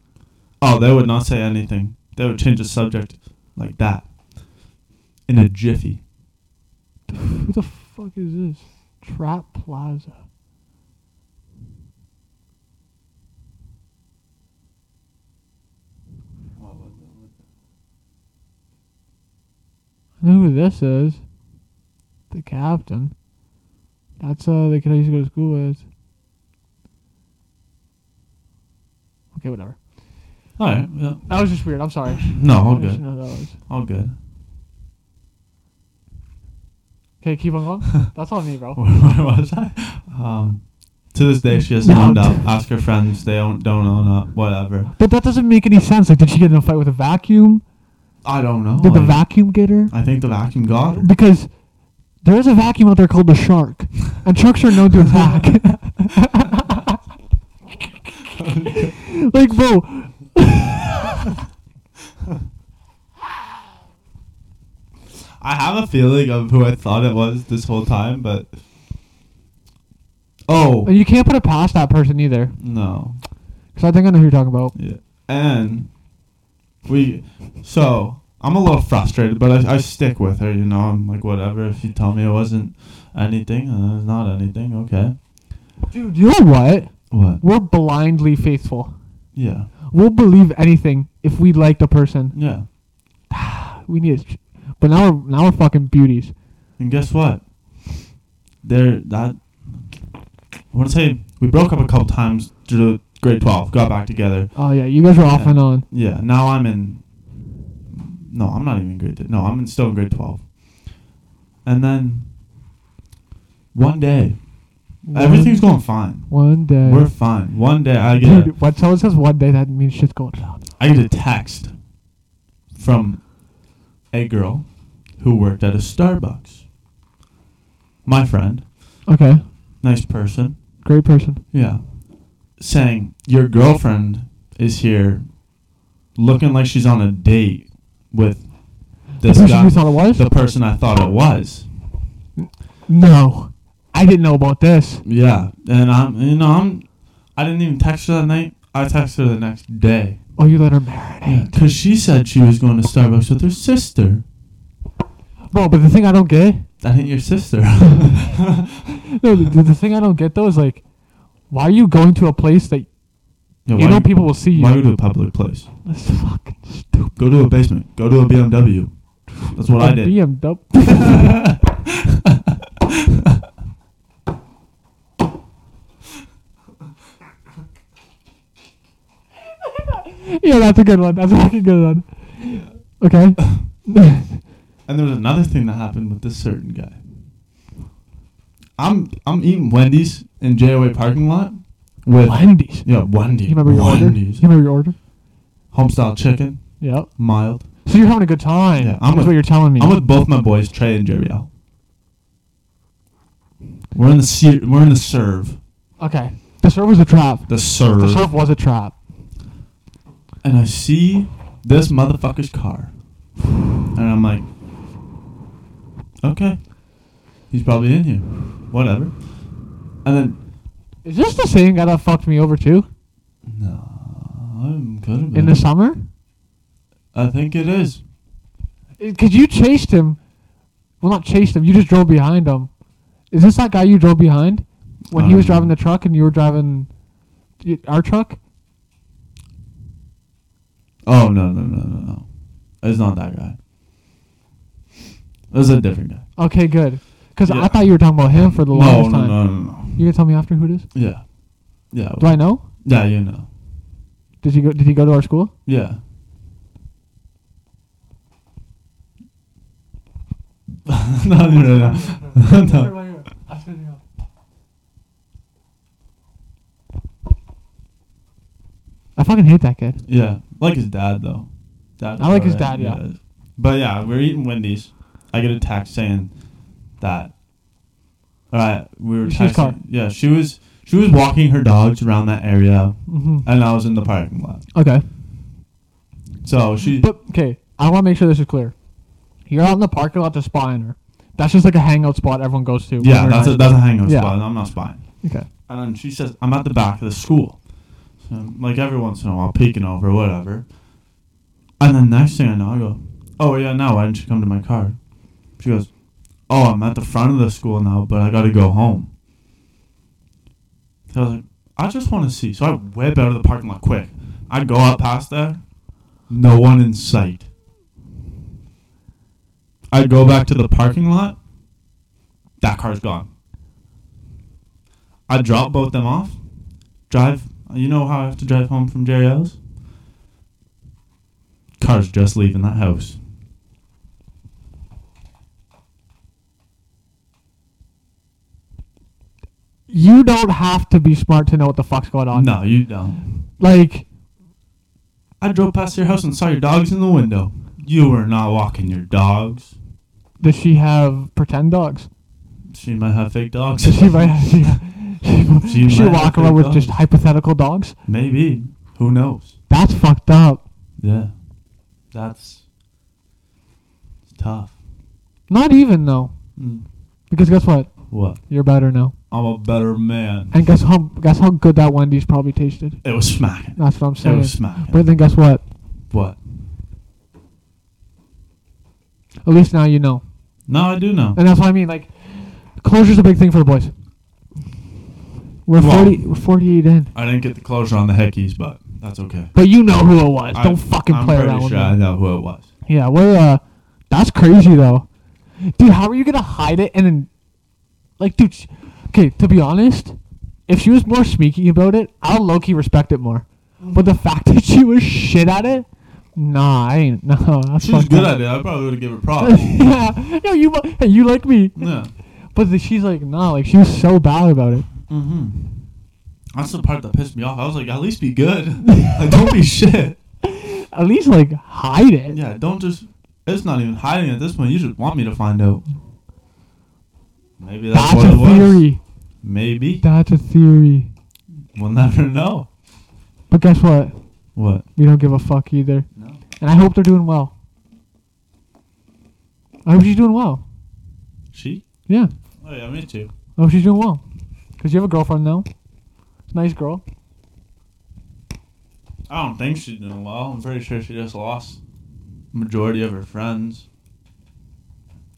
[SPEAKER 3] oh, they would not say anything. They would change the subject like that. In a jiffy.
[SPEAKER 2] Who the fuck is this? Trap Plaza. I know who this is. The captain. That's uh the kid I used to go to school with. Okay, whatever.
[SPEAKER 3] All right. Yeah.
[SPEAKER 2] That was just weird. I'm sorry.
[SPEAKER 3] No, all
[SPEAKER 2] I should
[SPEAKER 3] good.
[SPEAKER 2] know that was.
[SPEAKER 3] All good.
[SPEAKER 2] Okay, keep on going. That's all I need, bro.
[SPEAKER 3] Where, where was I? Um, to this day, she hasn't owned up. Ask her friends; they don't don't own up. Whatever.
[SPEAKER 2] But that doesn't make any sense. Like, did she get in a fight with a vacuum?
[SPEAKER 3] I don't know.
[SPEAKER 2] Did the
[SPEAKER 3] like,
[SPEAKER 2] vacuum get her?
[SPEAKER 3] Oh, I think the vacuum got her.
[SPEAKER 2] Because there is a vacuum out there called the shark, and sharks are known to attack. like, bro.
[SPEAKER 3] I have a feeling of who I thought it was this whole time, but oh
[SPEAKER 2] You can't put it past that person either.
[SPEAKER 3] no,
[SPEAKER 2] Because I think I know who you're talking about.
[SPEAKER 3] yeah. And we, so I'm a little frustrated, but I, I stick with her. You know, I'm like whatever. If you tell me it wasn't anything, uh, it's not anything. Okay.
[SPEAKER 2] Dude, you know what?
[SPEAKER 3] What?
[SPEAKER 2] We're blindly faithful.
[SPEAKER 3] Yeah.
[SPEAKER 2] We'll believe anything if we like the person.
[SPEAKER 3] Yeah.
[SPEAKER 2] We need it. But now we're, now we're fucking beauties.
[SPEAKER 3] And guess what? There that I want to say we broke up a couple times through grade twelve. Got back together.
[SPEAKER 2] Oh, yeah. You guys are off
[SPEAKER 3] Yeah.
[SPEAKER 2] and on.
[SPEAKER 3] Yeah. Now I'm in. No, I'm not even in grade. No, I'm in, still in grade twelve. And then one day, everything's going fine.
[SPEAKER 2] One day.
[SPEAKER 3] We're fine. One day, I get a,
[SPEAKER 2] Dude, when someone says one day, that means shit's going down.
[SPEAKER 3] I get a text from a girl who worked at a Starbucks. My friend,
[SPEAKER 2] Okay.
[SPEAKER 3] nice person.
[SPEAKER 2] Great person.
[SPEAKER 3] Yeah. Saying your girlfriend is here looking like she's on a date with this
[SPEAKER 2] the person
[SPEAKER 3] guy,
[SPEAKER 2] you thought it was?
[SPEAKER 3] the person I thought it was.
[SPEAKER 2] no. I didn't know about this.
[SPEAKER 3] Yeah. And I'm, you know, I'm, I didn't even text her that night. I texted her the next day.
[SPEAKER 2] Oh, you let her marinate.
[SPEAKER 3] Because she said she was going to Starbucks with her sister.
[SPEAKER 2] Bro, but the thing I don't get,
[SPEAKER 3] That ain't your sister.
[SPEAKER 2] no, the, the thing I don't get though is like, why are you going to a place that
[SPEAKER 3] Yeah,
[SPEAKER 2] you
[SPEAKER 3] why
[SPEAKER 2] know
[SPEAKER 3] you-
[SPEAKER 2] people will see you?
[SPEAKER 3] Why go to a public place?
[SPEAKER 2] That's fucking stupid.
[SPEAKER 3] Go to a basement. Go to a BMW. That's what I
[SPEAKER 2] A
[SPEAKER 3] did.
[SPEAKER 2] BMW. yeah, that's a good one. That's a fucking good one. Okay.
[SPEAKER 3] And there was another thing that happened with this certain guy. I'm I'm eating Wendy's in JOA parking lot with
[SPEAKER 2] Wendy's.
[SPEAKER 3] yeah Wendy.
[SPEAKER 2] You remember your order? You
[SPEAKER 3] Wendy's
[SPEAKER 2] remember your order?
[SPEAKER 3] homestyle chicken
[SPEAKER 2] Yep.
[SPEAKER 3] mild.
[SPEAKER 2] So you're having a good time.
[SPEAKER 3] Yeah, I'm
[SPEAKER 2] That's
[SPEAKER 3] with-
[SPEAKER 2] what you're telling me.
[SPEAKER 3] I'm with both my boys Trey and Jerry L. We're in the se- we're in the serve
[SPEAKER 2] okay. The serve was a trap.
[SPEAKER 3] the
[SPEAKER 2] The
[SPEAKER 3] serve
[SPEAKER 2] serve was a trap.
[SPEAKER 3] and I see this motherfucker's car. And I'm like, okay, he's probably in here. Whatever. And then,
[SPEAKER 2] Is this the same guy that fucked me over too?
[SPEAKER 3] no, I'm could have been.
[SPEAKER 2] In the summer?
[SPEAKER 3] I think it is.
[SPEAKER 2] Because Eh, you chased him. Well, not chased him. You just drove behind him. Is this that guy you drove behind when he was
[SPEAKER 3] Um,
[SPEAKER 2] driving the truck and you were driving y- our truck?
[SPEAKER 3] Oh, no, no, no, no, no. It's not that guy. It was a different guy.
[SPEAKER 2] Okay, good. Because I
[SPEAKER 3] Yeah.
[SPEAKER 2] thought you were talking about him for the
[SPEAKER 3] No,
[SPEAKER 2] longest
[SPEAKER 3] no,
[SPEAKER 2] time.
[SPEAKER 3] no, no, no.
[SPEAKER 2] You gonna tell me after who it is?
[SPEAKER 3] Yeah. Yeah.
[SPEAKER 2] Do I know?
[SPEAKER 3] Yeah, you know.
[SPEAKER 2] Did he go? Did he go to our school?
[SPEAKER 3] Yeah. no, no, no, no. no.
[SPEAKER 2] I fucking hate that kid.
[SPEAKER 3] Yeah, like his dad though. Dad
[SPEAKER 2] I like his dad, yeah.
[SPEAKER 3] But yeah, we're eating Wendy's. I get a text saying that. All right, we were
[SPEAKER 2] She was car-
[SPEAKER 3] texting. Yeah, she was she was walking her dogs around that area,
[SPEAKER 2] hmm
[SPEAKER 3] and I was in the parking lot.
[SPEAKER 2] Okay,
[SPEAKER 3] So she.
[SPEAKER 2] but okay, I want to make sure this is clear. You're out in the parking lot to spy on her. That's just like a hangout spot everyone goes to. when
[SPEAKER 3] yeah,
[SPEAKER 2] they're
[SPEAKER 3] that's a
[SPEAKER 2] not-
[SPEAKER 3] that's a hangout
[SPEAKER 2] Yeah.
[SPEAKER 3] spot. I'm not spying.
[SPEAKER 2] okay.
[SPEAKER 3] And then she says, "I'm at the back of the school." So, like every once in a while, peeking over, whatever. And then next thing I know, I go, "Oh yeah, now why didn't you come to my car?" She goes, "Oh, I'm at the front of the school now, but I got to go home." So I was like, "I just want to see." So I whip out of the parking lot quick. I go out past there, no one in sight. I go back to the parking lot. That car's gone. I drop both them off. Drive. You know how I have to drive home from Jerry L's? Car's just leaving that house.
[SPEAKER 2] You don't have to be smart to know what the fuck's going on.
[SPEAKER 3] No, you don't.
[SPEAKER 2] Like,
[SPEAKER 3] I drove past your house and saw your dogs in the window. You were not walking your dogs.
[SPEAKER 2] does she have pretend dogs?
[SPEAKER 3] She might have fake dogs.
[SPEAKER 2] Does she might she, she,
[SPEAKER 3] She
[SPEAKER 2] she
[SPEAKER 3] might
[SPEAKER 2] walk
[SPEAKER 3] have
[SPEAKER 2] around
[SPEAKER 3] big
[SPEAKER 2] with
[SPEAKER 3] dogs.
[SPEAKER 2] just hypothetical dogs?
[SPEAKER 3] Maybe. Who knows?
[SPEAKER 2] That's fucked up.
[SPEAKER 3] Yeah. That's it's tough.
[SPEAKER 2] Not even though,
[SPEAKER 3] Mm.
[SPEAKER 2] because guess what?
[SPEAKER 3] What?
[SPEAKER 2] You're better now.
[SPEAKER 3] I'm a better man.
[SPEAKER 2] And guess how? Guess how good that Wendy's probably tasted.
[SPEAKER 3] It was smacking.
[SPEAKER 2] That's what I'm
[SPEAKER 3] It
[SPEAKER 2] saying.
[SPEAKER 3] was smacking.
[SPEAKER 2] But then guess what?
[SPEAKER 3] what?
[SPEAKER 2] At least now you know.
[SPEAKER 3] No, I do know.
[SPEAKER 2] And that's what I mean. Like, closure's a big thing for the boys. We're
[SPEAKER 3] Well-
[SPEAKER 2] forty. We're forty-eight in.
[SPEAKER 3] I didn't get the closure on the hickeys, but that's okay.
[SPEAKER 2] But you know who it was.
[SPEAKER 3] I-
[SPEAKER 2] Don't fucking
[SPEAKER 3] I'm
[SPEAKER 2] play
[SPEAKER 3] pretty
[SPEAKER 2] around
[SPEAKER 3] sure
[SPEAKER 2] with
[SPEAKER 3] I
[SPEAKER 2] me.
[SPEAKER 3] know who it was.
[SPEAKER 2] Yeah, we're. Uh, that's crazy though, dude. How are you gonna hide it and then, like, dude? sh- Okay, to be honest, if she was more sneaky about it, I'll low-key respect it more. But the fact that she was shit at it, nah, I ain't. No, that's
[SPEAKER 3] She's
[SPEAKER 2] fucked
[SPEAKER 3] good
[SPEAKER 2] up.
[SPEAKER 3] at it. I probably would have given her props.
[SPEAKER 2] yeah, no, you. mu- Hey, you like me?
[SPEAKER 3] yeah.
[SPEAKER 2] But the, she's like, nah, like she was so bad about it.
[SPEAKER 3] Mm-hmm. That's the part that pissed me off. I was like, at least be good. like, don't be shit.
[SPEAKER 2] At least like hide it.
[SPEAKER 3] Yeah, don't just. It's not even hiding at this point. You just want me to find out. Maybe that's,
[SPEAKER 2] that's
[SPEAKER 3] what
[SPEAKER 2] a
[SPEAKER 3] it was.
[SPEAKER 2] theory.
[SPEAKER 3] Maybe.
[SPEAKER 2] That's a theory.
[SPEAKER 3] We'll never know.
[SPEAKER 2] But guess what?
[SPEAKER 3] What?
[SPEAKER 2] We don't give a fuck either.
[SPEAKER 3] No.
[SPEAKER 2] And I hope they're doing well. I hope she's doing well.
[SPEAKER 3] She?
[SPEAKER 2] Yeah.
[SPEAKER 3] Oh, yeah, me too.
[SPEAKER 2] I hope she's doing well. Because you have a girlfriend now. Nice girl.
[SPEAKER 3] I don't think she's doing well. I'm pretty sure she just lost majority of her friends.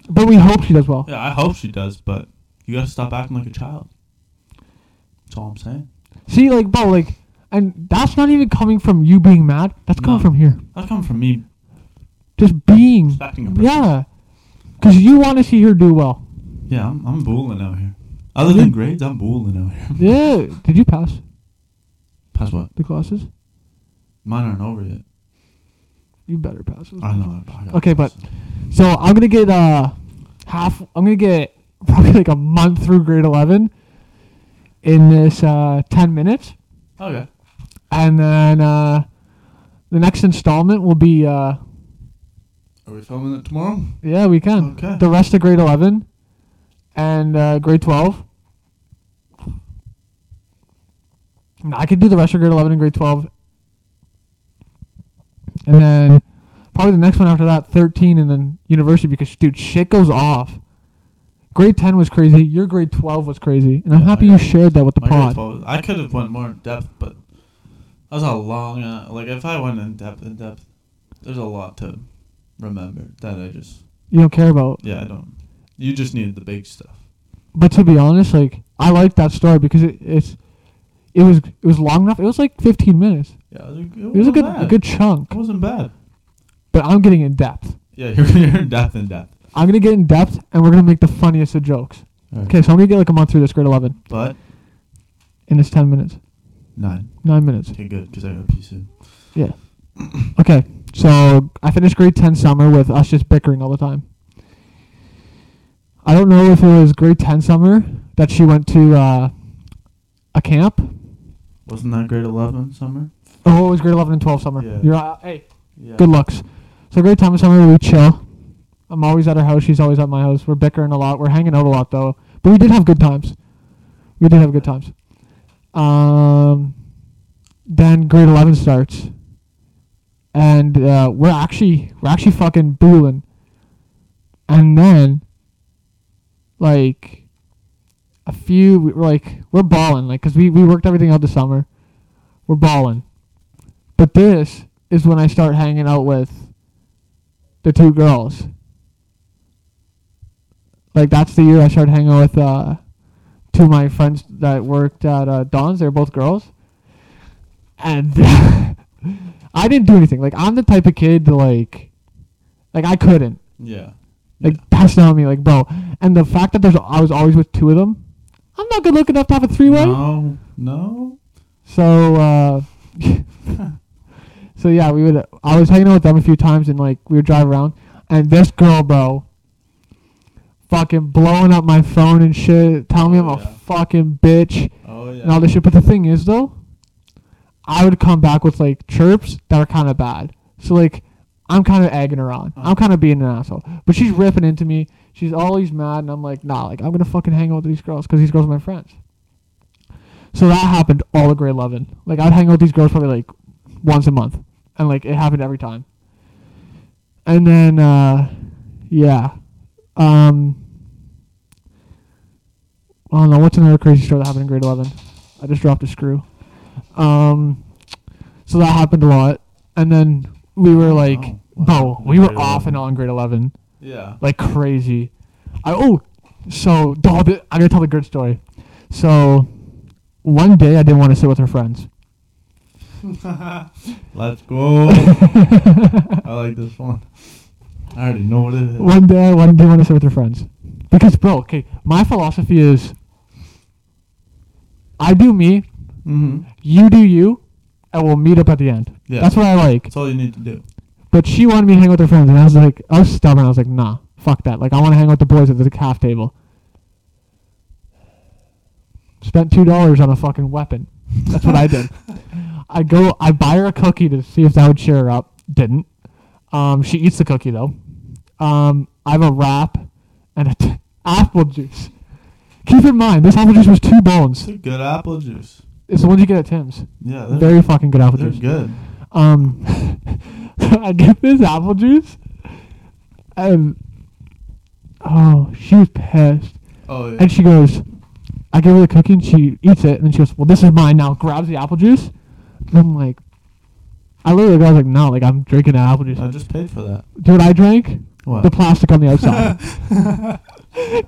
[SPEAKER 2] But we hope she does well.
[SPEAKER 3] Yeah, I hope she does, but you gotta stop acting like a child. That's all I'm saying.
[SPEAKER 2] See, like, bro, like, and that's not even coming from you being mad. That's coming
[SPEAKER 3] No.
[SPEAKER 2] from here.
[SPEAKER 3] That comes from me.
[SPEAKER 2] Just being.
[SPEAKER 3] Respecting a person.
[SPEAKER 2] Yeah. Because you want to see her do well.
[SPEAKER 3] Yeah, I'm, I'm booling out here. Other
[SPEAKER 2] Yeah.
[SPEAKER 3] than grades, I'm booling out here.
[SPEAKER 2] Yeah. Did you pass
[SPEAKER 3] Pass what?
[SPEAKER 2] the classes?
[SPEAKER 3] Mine aren't over yet.
[SPEAKER 2] You better pass this.
[SPEAKER 3] I know. I got
[SPEAKER 2] Okay,
[SPEAKER 3] this.
[SPEAKER 2] but so I'm gonna get uh half. I'm gonna get probably like a month through grade eleven in this uh, ten minutes,
[SPEAKER 3] okay.
[SPEAKER 2] and then uh, the next installment will be uh,
[SPEAKER 3] Are we filming it tomorrow?
[SPEAKER 2] yeah we can
[SPEAKER 3] Okay.
[SPEAKER 2] the rest of grade eleven and uh, grade twelve. No, I could do the rest of grade eleven and grade twelve, and then probably the next one after that, thirteen, and then university because dude, shit goes off. Grade ten was crazy. Your grade twelve was crazy, and I'm
[SPEAKER 3] Yeah,
[SPEAKER 2] happy
[SPEAKER 3] my
[SPEAKER 2] you
[SPEAKER 3] grade-
[SPEAKER 2] shared that with the
[SPEAKER 3] My grade
[SPEAKER 2] pod.
[SPEAKER 3] 12 I could have went more in depth, but that was a long. Uh, like if I went in depth, in depth, there's a lot to remember that I just.
[SPEAKER 2] You don't care about,
[SPEAKER 3] Yeah, I don't. You just needed the big stuff.
[SPEAKER 2] but to be honest, like I like that story because it, it's it was it was long enough. It was like 15 minutes.
[SPEAKER 3] Yeah, it was a, it
[SPEAKER 2] It was a
[SPEAKER 3] wasn't
[SPEAKER 2] good
[SPEAKER 3] bad.
[SPEAKER 2] a good chunk.
[SPEAKER 3] It wasn't bad.
[SPEAKER 2] But I'm getting in depth.
[SPEAKER 3] Yeah, you're, you're in depth in depth.
[SPEAKER 2] I'm gonna get in depth, and we're gonna make the funniest of jokes. Okay, so I'm gonna get like a month through this grade 11
[SPEAKER 3] But
[SPEAKER 2] in this 10 minutes,
[SPEAKER 3] nine.
[SPEAKER 2] nine minutes.
[SPEAKER 3] Okay, good, because I got to pee soon.
[SPEAKER 2] Yeah. Okay, so I finished grade 10 summer with us just bickering all the time. I don't know if it was grade 10 summer that she went to uh, a camp.
[SPEAKER 3] Wasn't that grade 11 summer?
[SPEAKER 2] Oh, it was grade 11 and 12 summer.
[SPEAKER 3] Yeah.
[SPEAKER 2] You're uh, hey,
[SPEAKER 3] Yeah.
[SPEAKER 2] good looks. So grade 10 summer we chill. I'm always at her house. She's always at my house. We're bickering a lot. We're hanging out a lot though. But we did have good times. We did have good times. Um, then grade 11 starts, and uh, we're actually we're actually fucking booling. And then, like, a few we we're like we're balling like because we we worked everything out this summer. We're balling. But this is when I start hanging out with the two girls. Like that's the year I started hanging out with uh, two of my friends that worked at uh, Don's. They were both girls, and I didn't do anything. Like I'm the type of kid to like, like I couldn't.
[SPEAKER 3] Yeah.
[SPEAKER 2] Like that's not me. Like bro, and the fact that there's I was always with two of them. I'm not good looking enough to have a three way.
[SPEAKER 3] No, no.
[SPEAKER 2] So, uh, so yeah, we would. I was hanging out with them a few times, and like we would drive around, and this girl, bro, fucking blowing up my phone and shit, telling me I'm
[SPEAKER 3] Oh,
[SPEAKER 2] a
[SPEAKER 3] yeah.
[SPEAKER 2] fucking bitch
[SPEAKER 3] Oh, yeah.
[SPEAKER 2] and all this shit. But the thing is, though, I would come back with like chirps that are kind of bad. So like, I'm kind of egging her on. I'm kind of being an asshole. But she's ripping into me. She's always mad, and I'm like, nah, like I'm gonna fucking hang out with these girls because these girls are my friends. So that happened all of grade 11. Like I'd hang out with these girls probably like once a month, and like it happened every time. And then, uh, yeah, um, I don't know what's another crazy story that happened in grade 11. I just dropped a screw. Um, so that happened a lot, and then we were like,
[SPEAKER 3] Wow.
[SPEAKER 2] bro,
[SPEAKER 3] Oh, Wow.
[SPEAKER 2] we were
[SPEAKER 3] Grade
[SPEAKER 2] off
[SPEAKER 3] 11.
[SPEAKER 2] and on in grade 11
[SPEAKER 3] Yeah.
[SPEAKER 2] like crazy. I oh, so dog, I'm gonna tell the good story. So one day I didn't want to sit with her friends.
[SPEAKER 3] Let's go. I like this one. I already know what it is.
[SPEAKER 2] One day I didn't want to sit with her friends because bro, okay, my philosophy is I do me,
[SPEAKER 3] Mm-hmm.
[SPEAKER 2] you do you, and we'll meet up at the end.
[SPEAKER 3] Yeah.
[SPEAKER 2] That's what I like.
[SPEAKER 3] That's all you need to do.
[SPEAKER 2] But she wanted me to hang out with her friends, and I was like, I was stubborn. I was like, nah, fuck that. Like, I want to hang out with the boys at the calf table. Spent two dollars on a fucking weapon. That's what I did. I go, I buy her a cookie to see if that would cheer her up. Didn't. Um, she eats the cookie though. Um, I have a wrap and a t- apple juice. Keep in mind, this apple juice was two bones.
[SPEAKER 3] It's a good apple juice.
[SPEAKER 2] It's the ones you get at Tim's.
[SPEAKER 3] Yeah, they're,
[SPEAKER 2] Very fucking good apple
[SPEAKER 3] they're
[SPEAKER 2] juice.
[SPEAKER 3] good.
[SPEAKER 2] Um, I get this apple juice, and oh, she was pissed.
[SPEAKER 3] Oh, yeah.
[SPEAKER 2] And she goes, I give her the cookie, and she eats it, and then she goes, "Well, this is mine now." Grabs the apple juice, and I'm like, I literally go, I was like, "No, like I'm drinking that apple juice."
[SPEAKER 3] I just paid for that.
[SPEAKER 2] Do what I drank?
[SPEAKER 3] What?
[SPEAKER 2] The plastic on the outside.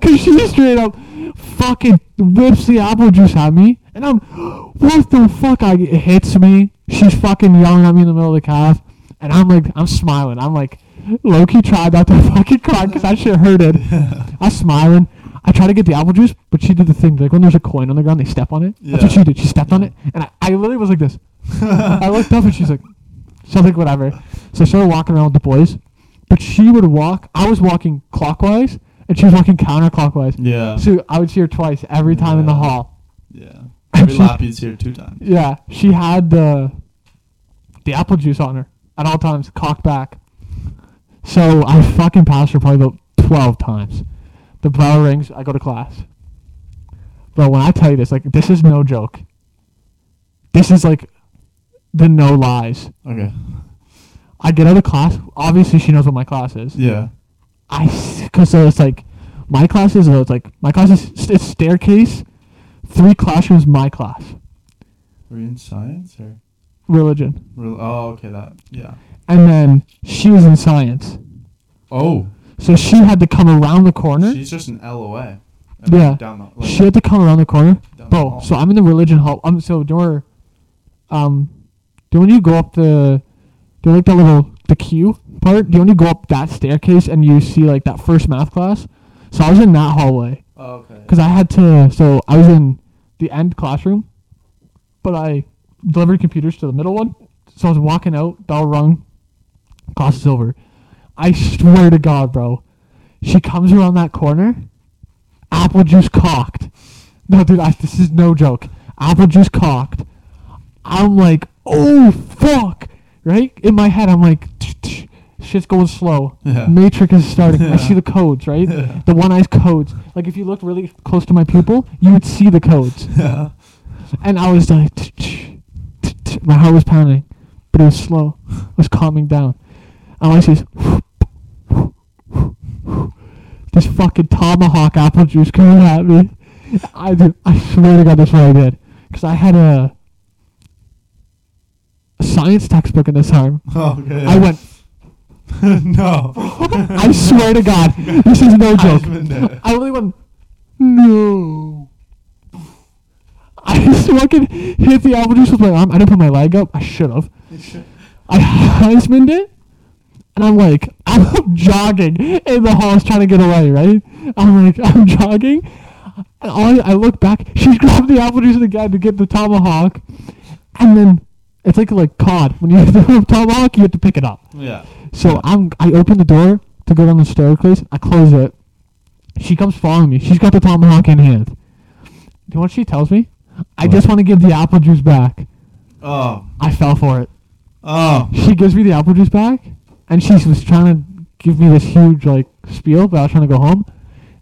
[SPEAKER 2] Cause she straight up fucking whips the apple juice at me, and I'm, what the fuck? I it hits me. She's fucking yelling at me in the middle of the calf, and I'm like, I'm smiling. I'm like, low key tried not to fucking cry because that shit hurted. I'm smiling. I try to get the apple juice, but she did the thing like when there's a coin on the ground, they step on it. That's what
[SPEAKER 3] Yeah.
[SPEAKER 2] she did. She stepped on it, and I, I literally was like this. I looked up, and she's like, So I'm like, whatever. So I started walking around with the boys, but she would walk. I was walking clockwise, and she was walking counterclockwise.
[SPEAKER 3] Yeah.
[SPEAKER 2] So I would see her twice every time in the
[SPEAKER 3] Yeah.
[SPEAKER 2] hall.
[SPEAKER 3] Yeah. Every
[SPEAKER 2] She-
[SPEAKER 3] lap you'd see her two times.
[SPEAKER 2] Yeah, she had the the apple juice on her at all times, cocked back. So I fucking passed her probably about twelve times. The bell rings. I go to class. Bro, when I tell you this, like this is no joke. This is like the no lies.
[SPEAKER 3] Okay.
[SPEAKER 2] I get out of class. Obviously, she knows what my class is.
[SPEAKER 3] Yeah.
[SPEAKER 2] I because so it's like my class is it's like my class is st- it's staircase, three classrooms. My class,
[SPEAKER 3] Were you in science or?
[SPEAKER 2] religion,
[SPEAKER 3] Real, oh, okay. That. Yeah.
[SPEAKER 2] and then she was in science.
[SPEAKER 3] Oh.
[SPEAKER 2] So she had to come around the corner.
[SPEAKER 3] She's just an LOA.
[SPEAKER 2] Yeah.
[SPEAKER 3] Down the, like,
[SPEAKER 2] she had to come around the corner.
[SPEAKER 3] Down the
[SPEAKER 2] Bro,
[SPEAKER 3] hall.
[SPEAKER 2] so I'm in the religion hall. I'm so door. Um, do when you go up the, do you like that little the queue part? Do you when you go up that staircase and you see like that first math class? So I was in that hallway.
[SPEAKER 3] oh, okay.
[SPEAKER 2] because I had to. So I was in the end classroom, but I delivered computers to the middle one. So I was walking out, bell rung, class is over. I swear to God, bro, she comes around that corner, apple juice cocked. No, dude, I, this is no joke. Apple juice cocked. I'm like, oh fuck, right? In my head, I'm like, shit's going slow.
[SPEAKER 3] Yeah.
[SPEAKER 2] Matrix is starting. I
[SPEAKER 3] Yeah.
[SPEAKER 2] see the codes, right?
[SPEAKER 3] Yeah.
[SPEAKER 2] The one eye's codes. Like if you looked really close to my pupil, you would see the codes.
[SPEAKER 3] Yeah.
[SPEAKER 2] and I was like, my heart was pounding, but it was slow. It was calming down. And all I see is this fucking tomahawk apple juice coming at me. I did, I swear to God, that's what I did. Because I had a, a science textbook in this arm.
[SPEAKER 3] Oh, okay.
[SPEAKER 2] I went.
[SPEAKER 3] no.
[SPEAKER 2] I swear to God, this is no joke. I really went, no. I just fucking hit the apple juice with my arm. I didn't put my leg up. I should have. I husband it, and I'm like, I'm jogging in the halls trying to get away, right? I'm like, I'm jogging, and all I, I look back, she's grabbed the apple juice again to get the tomahawk, and then it's like like cod. When you have the tomahawk, you have to pick it up.
[SPEAKER 3] yeah.
[SPEAKER 2] So I'm I open the door to go down the staircase. I close it. She comes following me. She's got the tomahawk in hand. Do you know what she tells me? I just
[SPEAKER 3] What?
[SPEAKER 2] want to give the apple juice back.
[SPEAKER 3] Oh.
[SPEAKER 2] I fell for it.
[SPEAKER 3] Oh.
[SPEAKER 2] She gives me the apple juice back, and she was trying to give me this huge like spiel, but I was trying to go home.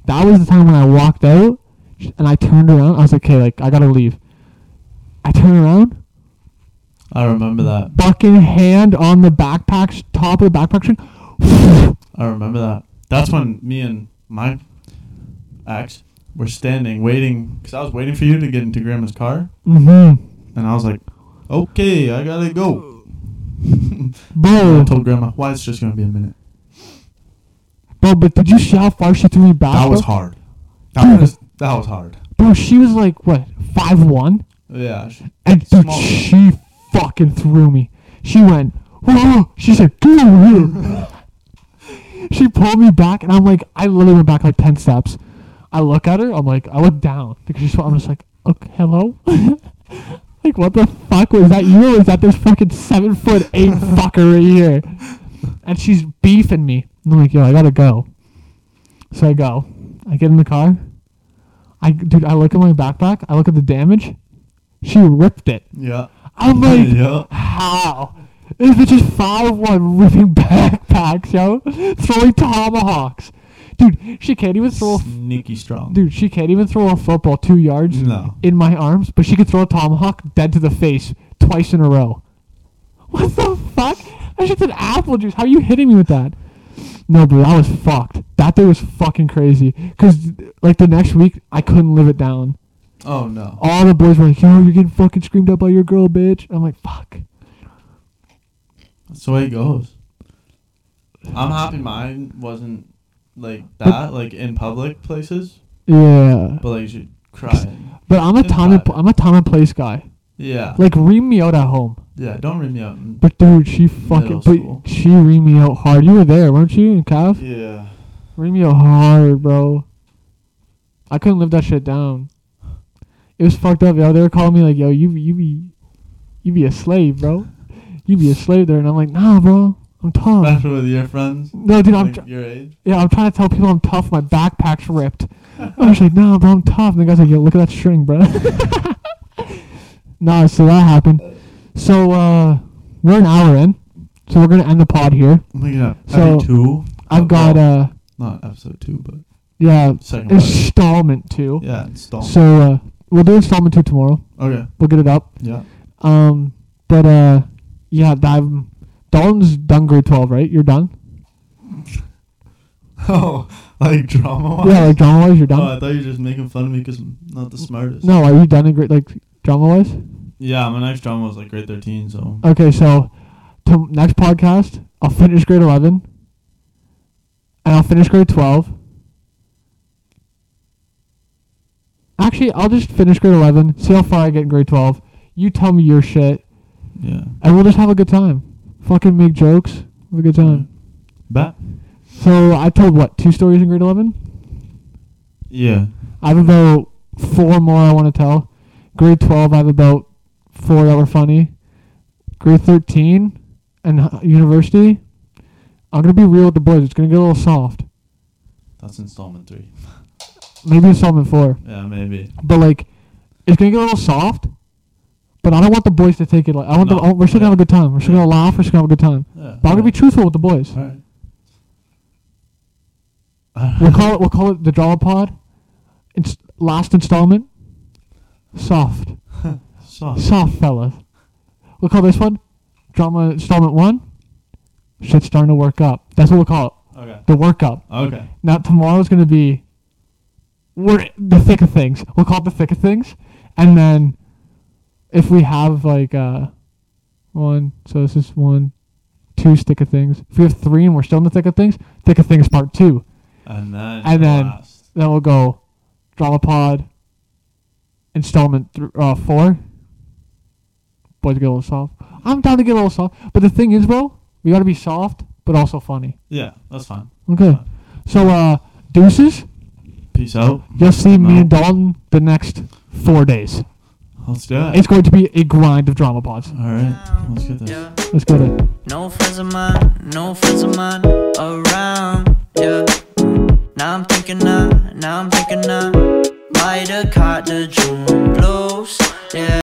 [SPEAKER 2] That was the time when I walked out, sh- and I turned around. I was like, okay, like I gotta leave. I turn around,
[SPEAKER 3] I remember that.
[SPEAKER 2] fucking hand on the backpack, sh- top of the backpack string.
[SPEAKER 3] I remember that. That's when me and my ex were standing waiting because I was waiting for you to get into Grandma's car,
[SPEAKER 2] mm-hmm.
[SPEAKER 3] and I was like, "Okay, I gotta go." And I
[SPEAKER 2] Bro,
[SPEAKER 3] told Grandma, "Why it's just gonna be a minute."
[SPEAKER 2] bro, but did you see how far she threw me back?
[SPEAKER 3] That was
[SPEAKER 2] bro?
[SPEAKER 3] hard. That was that was hard.
[SPEAKER 2] Bro, she was like what five one,
[SPEAKER 3] Yeah. sh-
[SPEAKER 2] and dude,
[SPEAKER 3] Small.
[SPEAKER 2] she fucking threw me. She went, whoa. She said, "Get over here." she pulled me back, and I'm like, I literally went back like ten steps. I look at her. I'm like, I look down because she's. I'm just like, okay, hello. like, what the fuck was that? You or was that this fucking seven foot eight fucker right here? and she's beefing me. I'm like, yo, I gotta go. So I go. I get in the car. I dude, I look at my backpack. I look at the damage. She ripped it.
[SPEAKER 3] Yeah.
[SPEAKER 2] I'm like,
[SPEAKER 3] yeah.
[SPEAKER 2] how? This bitch is five one ripping backpacks, yo, throwing tomahawks. Dude, she can't even throw. A,
[SPEAKER 3] Sneaky strong.
[SPEAKER 2] dude, she can't even throw a football two yards
[SPEAKER 3] No.
[SPEAKER 2] in my arms, but she could throw a tomahawk dead to the face twice in a row. What the fuck? I just said apple juice. How are you hitting me with that? No, bro, I was fucked. That day was fucking crazy. Cause like the next week, I couldn't live it down.
[SPEAKER 3] Oh no.
[SPEAKER 2] All the boys were like, "Yo, you're getting fucking screamed at by your girl, bitch." I'm like, "Fuck."
[SPEAKER 3] That's the way it goes. I'm happy mine wasn't like
[SPEAKER 2] But-
[SPEAKER 3] that, like in public places,
[SPEAKER 2] Yeah.
[SPEAKER 3] but like you should cry.
[SPEAKER 2] But I'm a
[SPEAKER 3] It's
[SPEAKER 2] time and,
[SPEAKER 3] private.
[SPEAKER 2] pl- I'm a time and place guy.
[SPEAKER 3] Yeah.
[SPEAKER 2] Like ream me out at home.
[SPEAKER 3] yeah, don't ring me up. and-
[SPEAKER 2] But dude, she fucking
[SPEAKER 3] Middle school.
[SPEAKER 2] but she reamed me out hard. You were there, weren't you, and Cav?
[SPEAKER 3] Yeah.
[SPEAKER 2] Reamed me out hard, bro. I couldn't live that shit down. It was fucked up, yo. They were calling me like, yo, you you be you be a slave, bro. you'd be a slave there. And I'm like, nah, bro, I'm tough.
[SPEAKER 3] Especially with your friends.
[SPEAKER 2] No, dude, I'm
[SPEAKER 3] like
[SPEAKER 2] tr-
[SPEAKER 3] your age.
[SPEAKER 2] yeah, I'm trying to tell people I'm tough. My backpack's ripped. I was like, nah, bro, I'm tough. And the guy's like, yo, look at that string, bro. nah, so that happened. So uh, we're an hour in, so we're gonna end the pod here.
[SPEAKER 3] Oh my god.
[SPEAKER 2] So,
[SPEAKER 3] Every two.
[SPEAKER 2] I've got
[SPEAKER 3] well,
[SPEAKER 2] uh,
[SPEAKER 3] not episode two, but
[SPEAKER 2] yeah,
[SPEAKER 3] second one.
[SPEAKER 2] installment two.
[SPEAKER 3] Yeah, install.
[SPEAKER 2] So uh, we'll do installment two tomorrow.
[SPEAKER 3] okay.
[SPEAKER 2] We'll get it up.
[SPEAKER 3] Yeah.
[SPEAKER 2] Um, but uh, yeah, that, Dalton's done grade twelve, right? You're done.
[SPEAKER 3] Oh, like drama wise?
[SPEAKER 2] Yeah, like drama wise, you're done.
[SPEAKER 3] Oh, I thought you were just making fun of me because I'm not the smartest.
[SPEAKER 2] no, are you done in grade like drama wise?
[SPEAKER 3] Yeah, my next drama was like grade 13, so.
[SPEAKER 2] Okay, so to next podcast, I'll finish grade eleven, and I'll finish grade twelve. Actually, I'll just finish grade eleven. See how far I get in grade twelve. You tell me your shit,
[SPEAKER 3] Yeah.
[SPEAKER 2] and we'll just have a good time. Fucking make jokes. Have a good
[SPEAKER 3] Mm.
[SPEAKER 2] time.
[SPEAKER 3] Bat?
[SPEAKER 2] So I told what two stories in grade eleven.
[SPEAKER 3] Yeah.
[SPEAKER 2] I have about four more I want to tell. Grade 12, I have about four that were funny. Grade 13 and h- university, I'm going to be real with the boys. It's going to get a little soft.
[SPEAKER 3] That's installment three.
[SPEAKER 2] Maybe installment four.
[SPEAKER 3] Yeah, maybe.
[SPEAKER 2] But, like, it's going to get a little soft. But I don't want the boys to take it like I want.
[SPEAKER 3] No,
[SPEAKER 2] the, I, we're still
[SPEAKER 3] yeah.
[SPEAKER 2] gonna have a good time. We're still
[SPEAKER 3] Yeah.
[SPEAKER 2] gonna laugh. We're still gonna have a good time.
[SPEAKER 3] Yeah.
[SPEAKER 2] But I'm gonna be truthful with the boys.
[SPEAKER 3] Alright.
[SPEAKER 2] We'll call it. We'll call it the drama pod. It's last installment. Soft.
[SPEAKER 3] Soft.
[SPEAKER 2] Soft fellas. We'll call this one Drama Installment 1. Shit's starting to work up. That's what we'll call it.
[SPEAKER 3] Okay.
[SPEAKER 2] The work up.
[SPEAKER 3] Okay.
[SPEAKER 2] Now, tomorrow's going to be we're in the thick of things. We'll call it the thick of things. And then if we have like uh, one, so this is one, two stick of things. If we have three and we're still in the thick of things, thick of things part two.
[SPEAKER 3] And then.
[SPEAKER 2] And then-
[SPEAKER 3] last.
[SPEAKER 2] Then we'll go Drama Pod, installment th- uh, four. Boys get a little soft. I'm down to get a little soft. But the thing is, bro, we got to be soft, but also funny.
[SPEAKER 3] Yeah, that's fine.
[SPEAKER 2] Okay. So, uh, deuces,
[SPEAKER 3] Peace out.
[SPEAKER 2] you'll see me
[SPEAKER 3] No.
[SPEAKER 2] and Dalton the next four days.
[SPEAKER 3] Let's do it.
[SPEAKER 2] It's going to be a grind of Drama Pods.
[SPEAKER 3] Alright. Let's get this.
[SPEAKER 1] Yeah.
[SPEAKER 2] Let's go there.
[SPEAKER 1] No friends of mine, no friends of mine around, yeah. Now I'm thinking I, now I'm thinking I might have caught the June blues, yeah.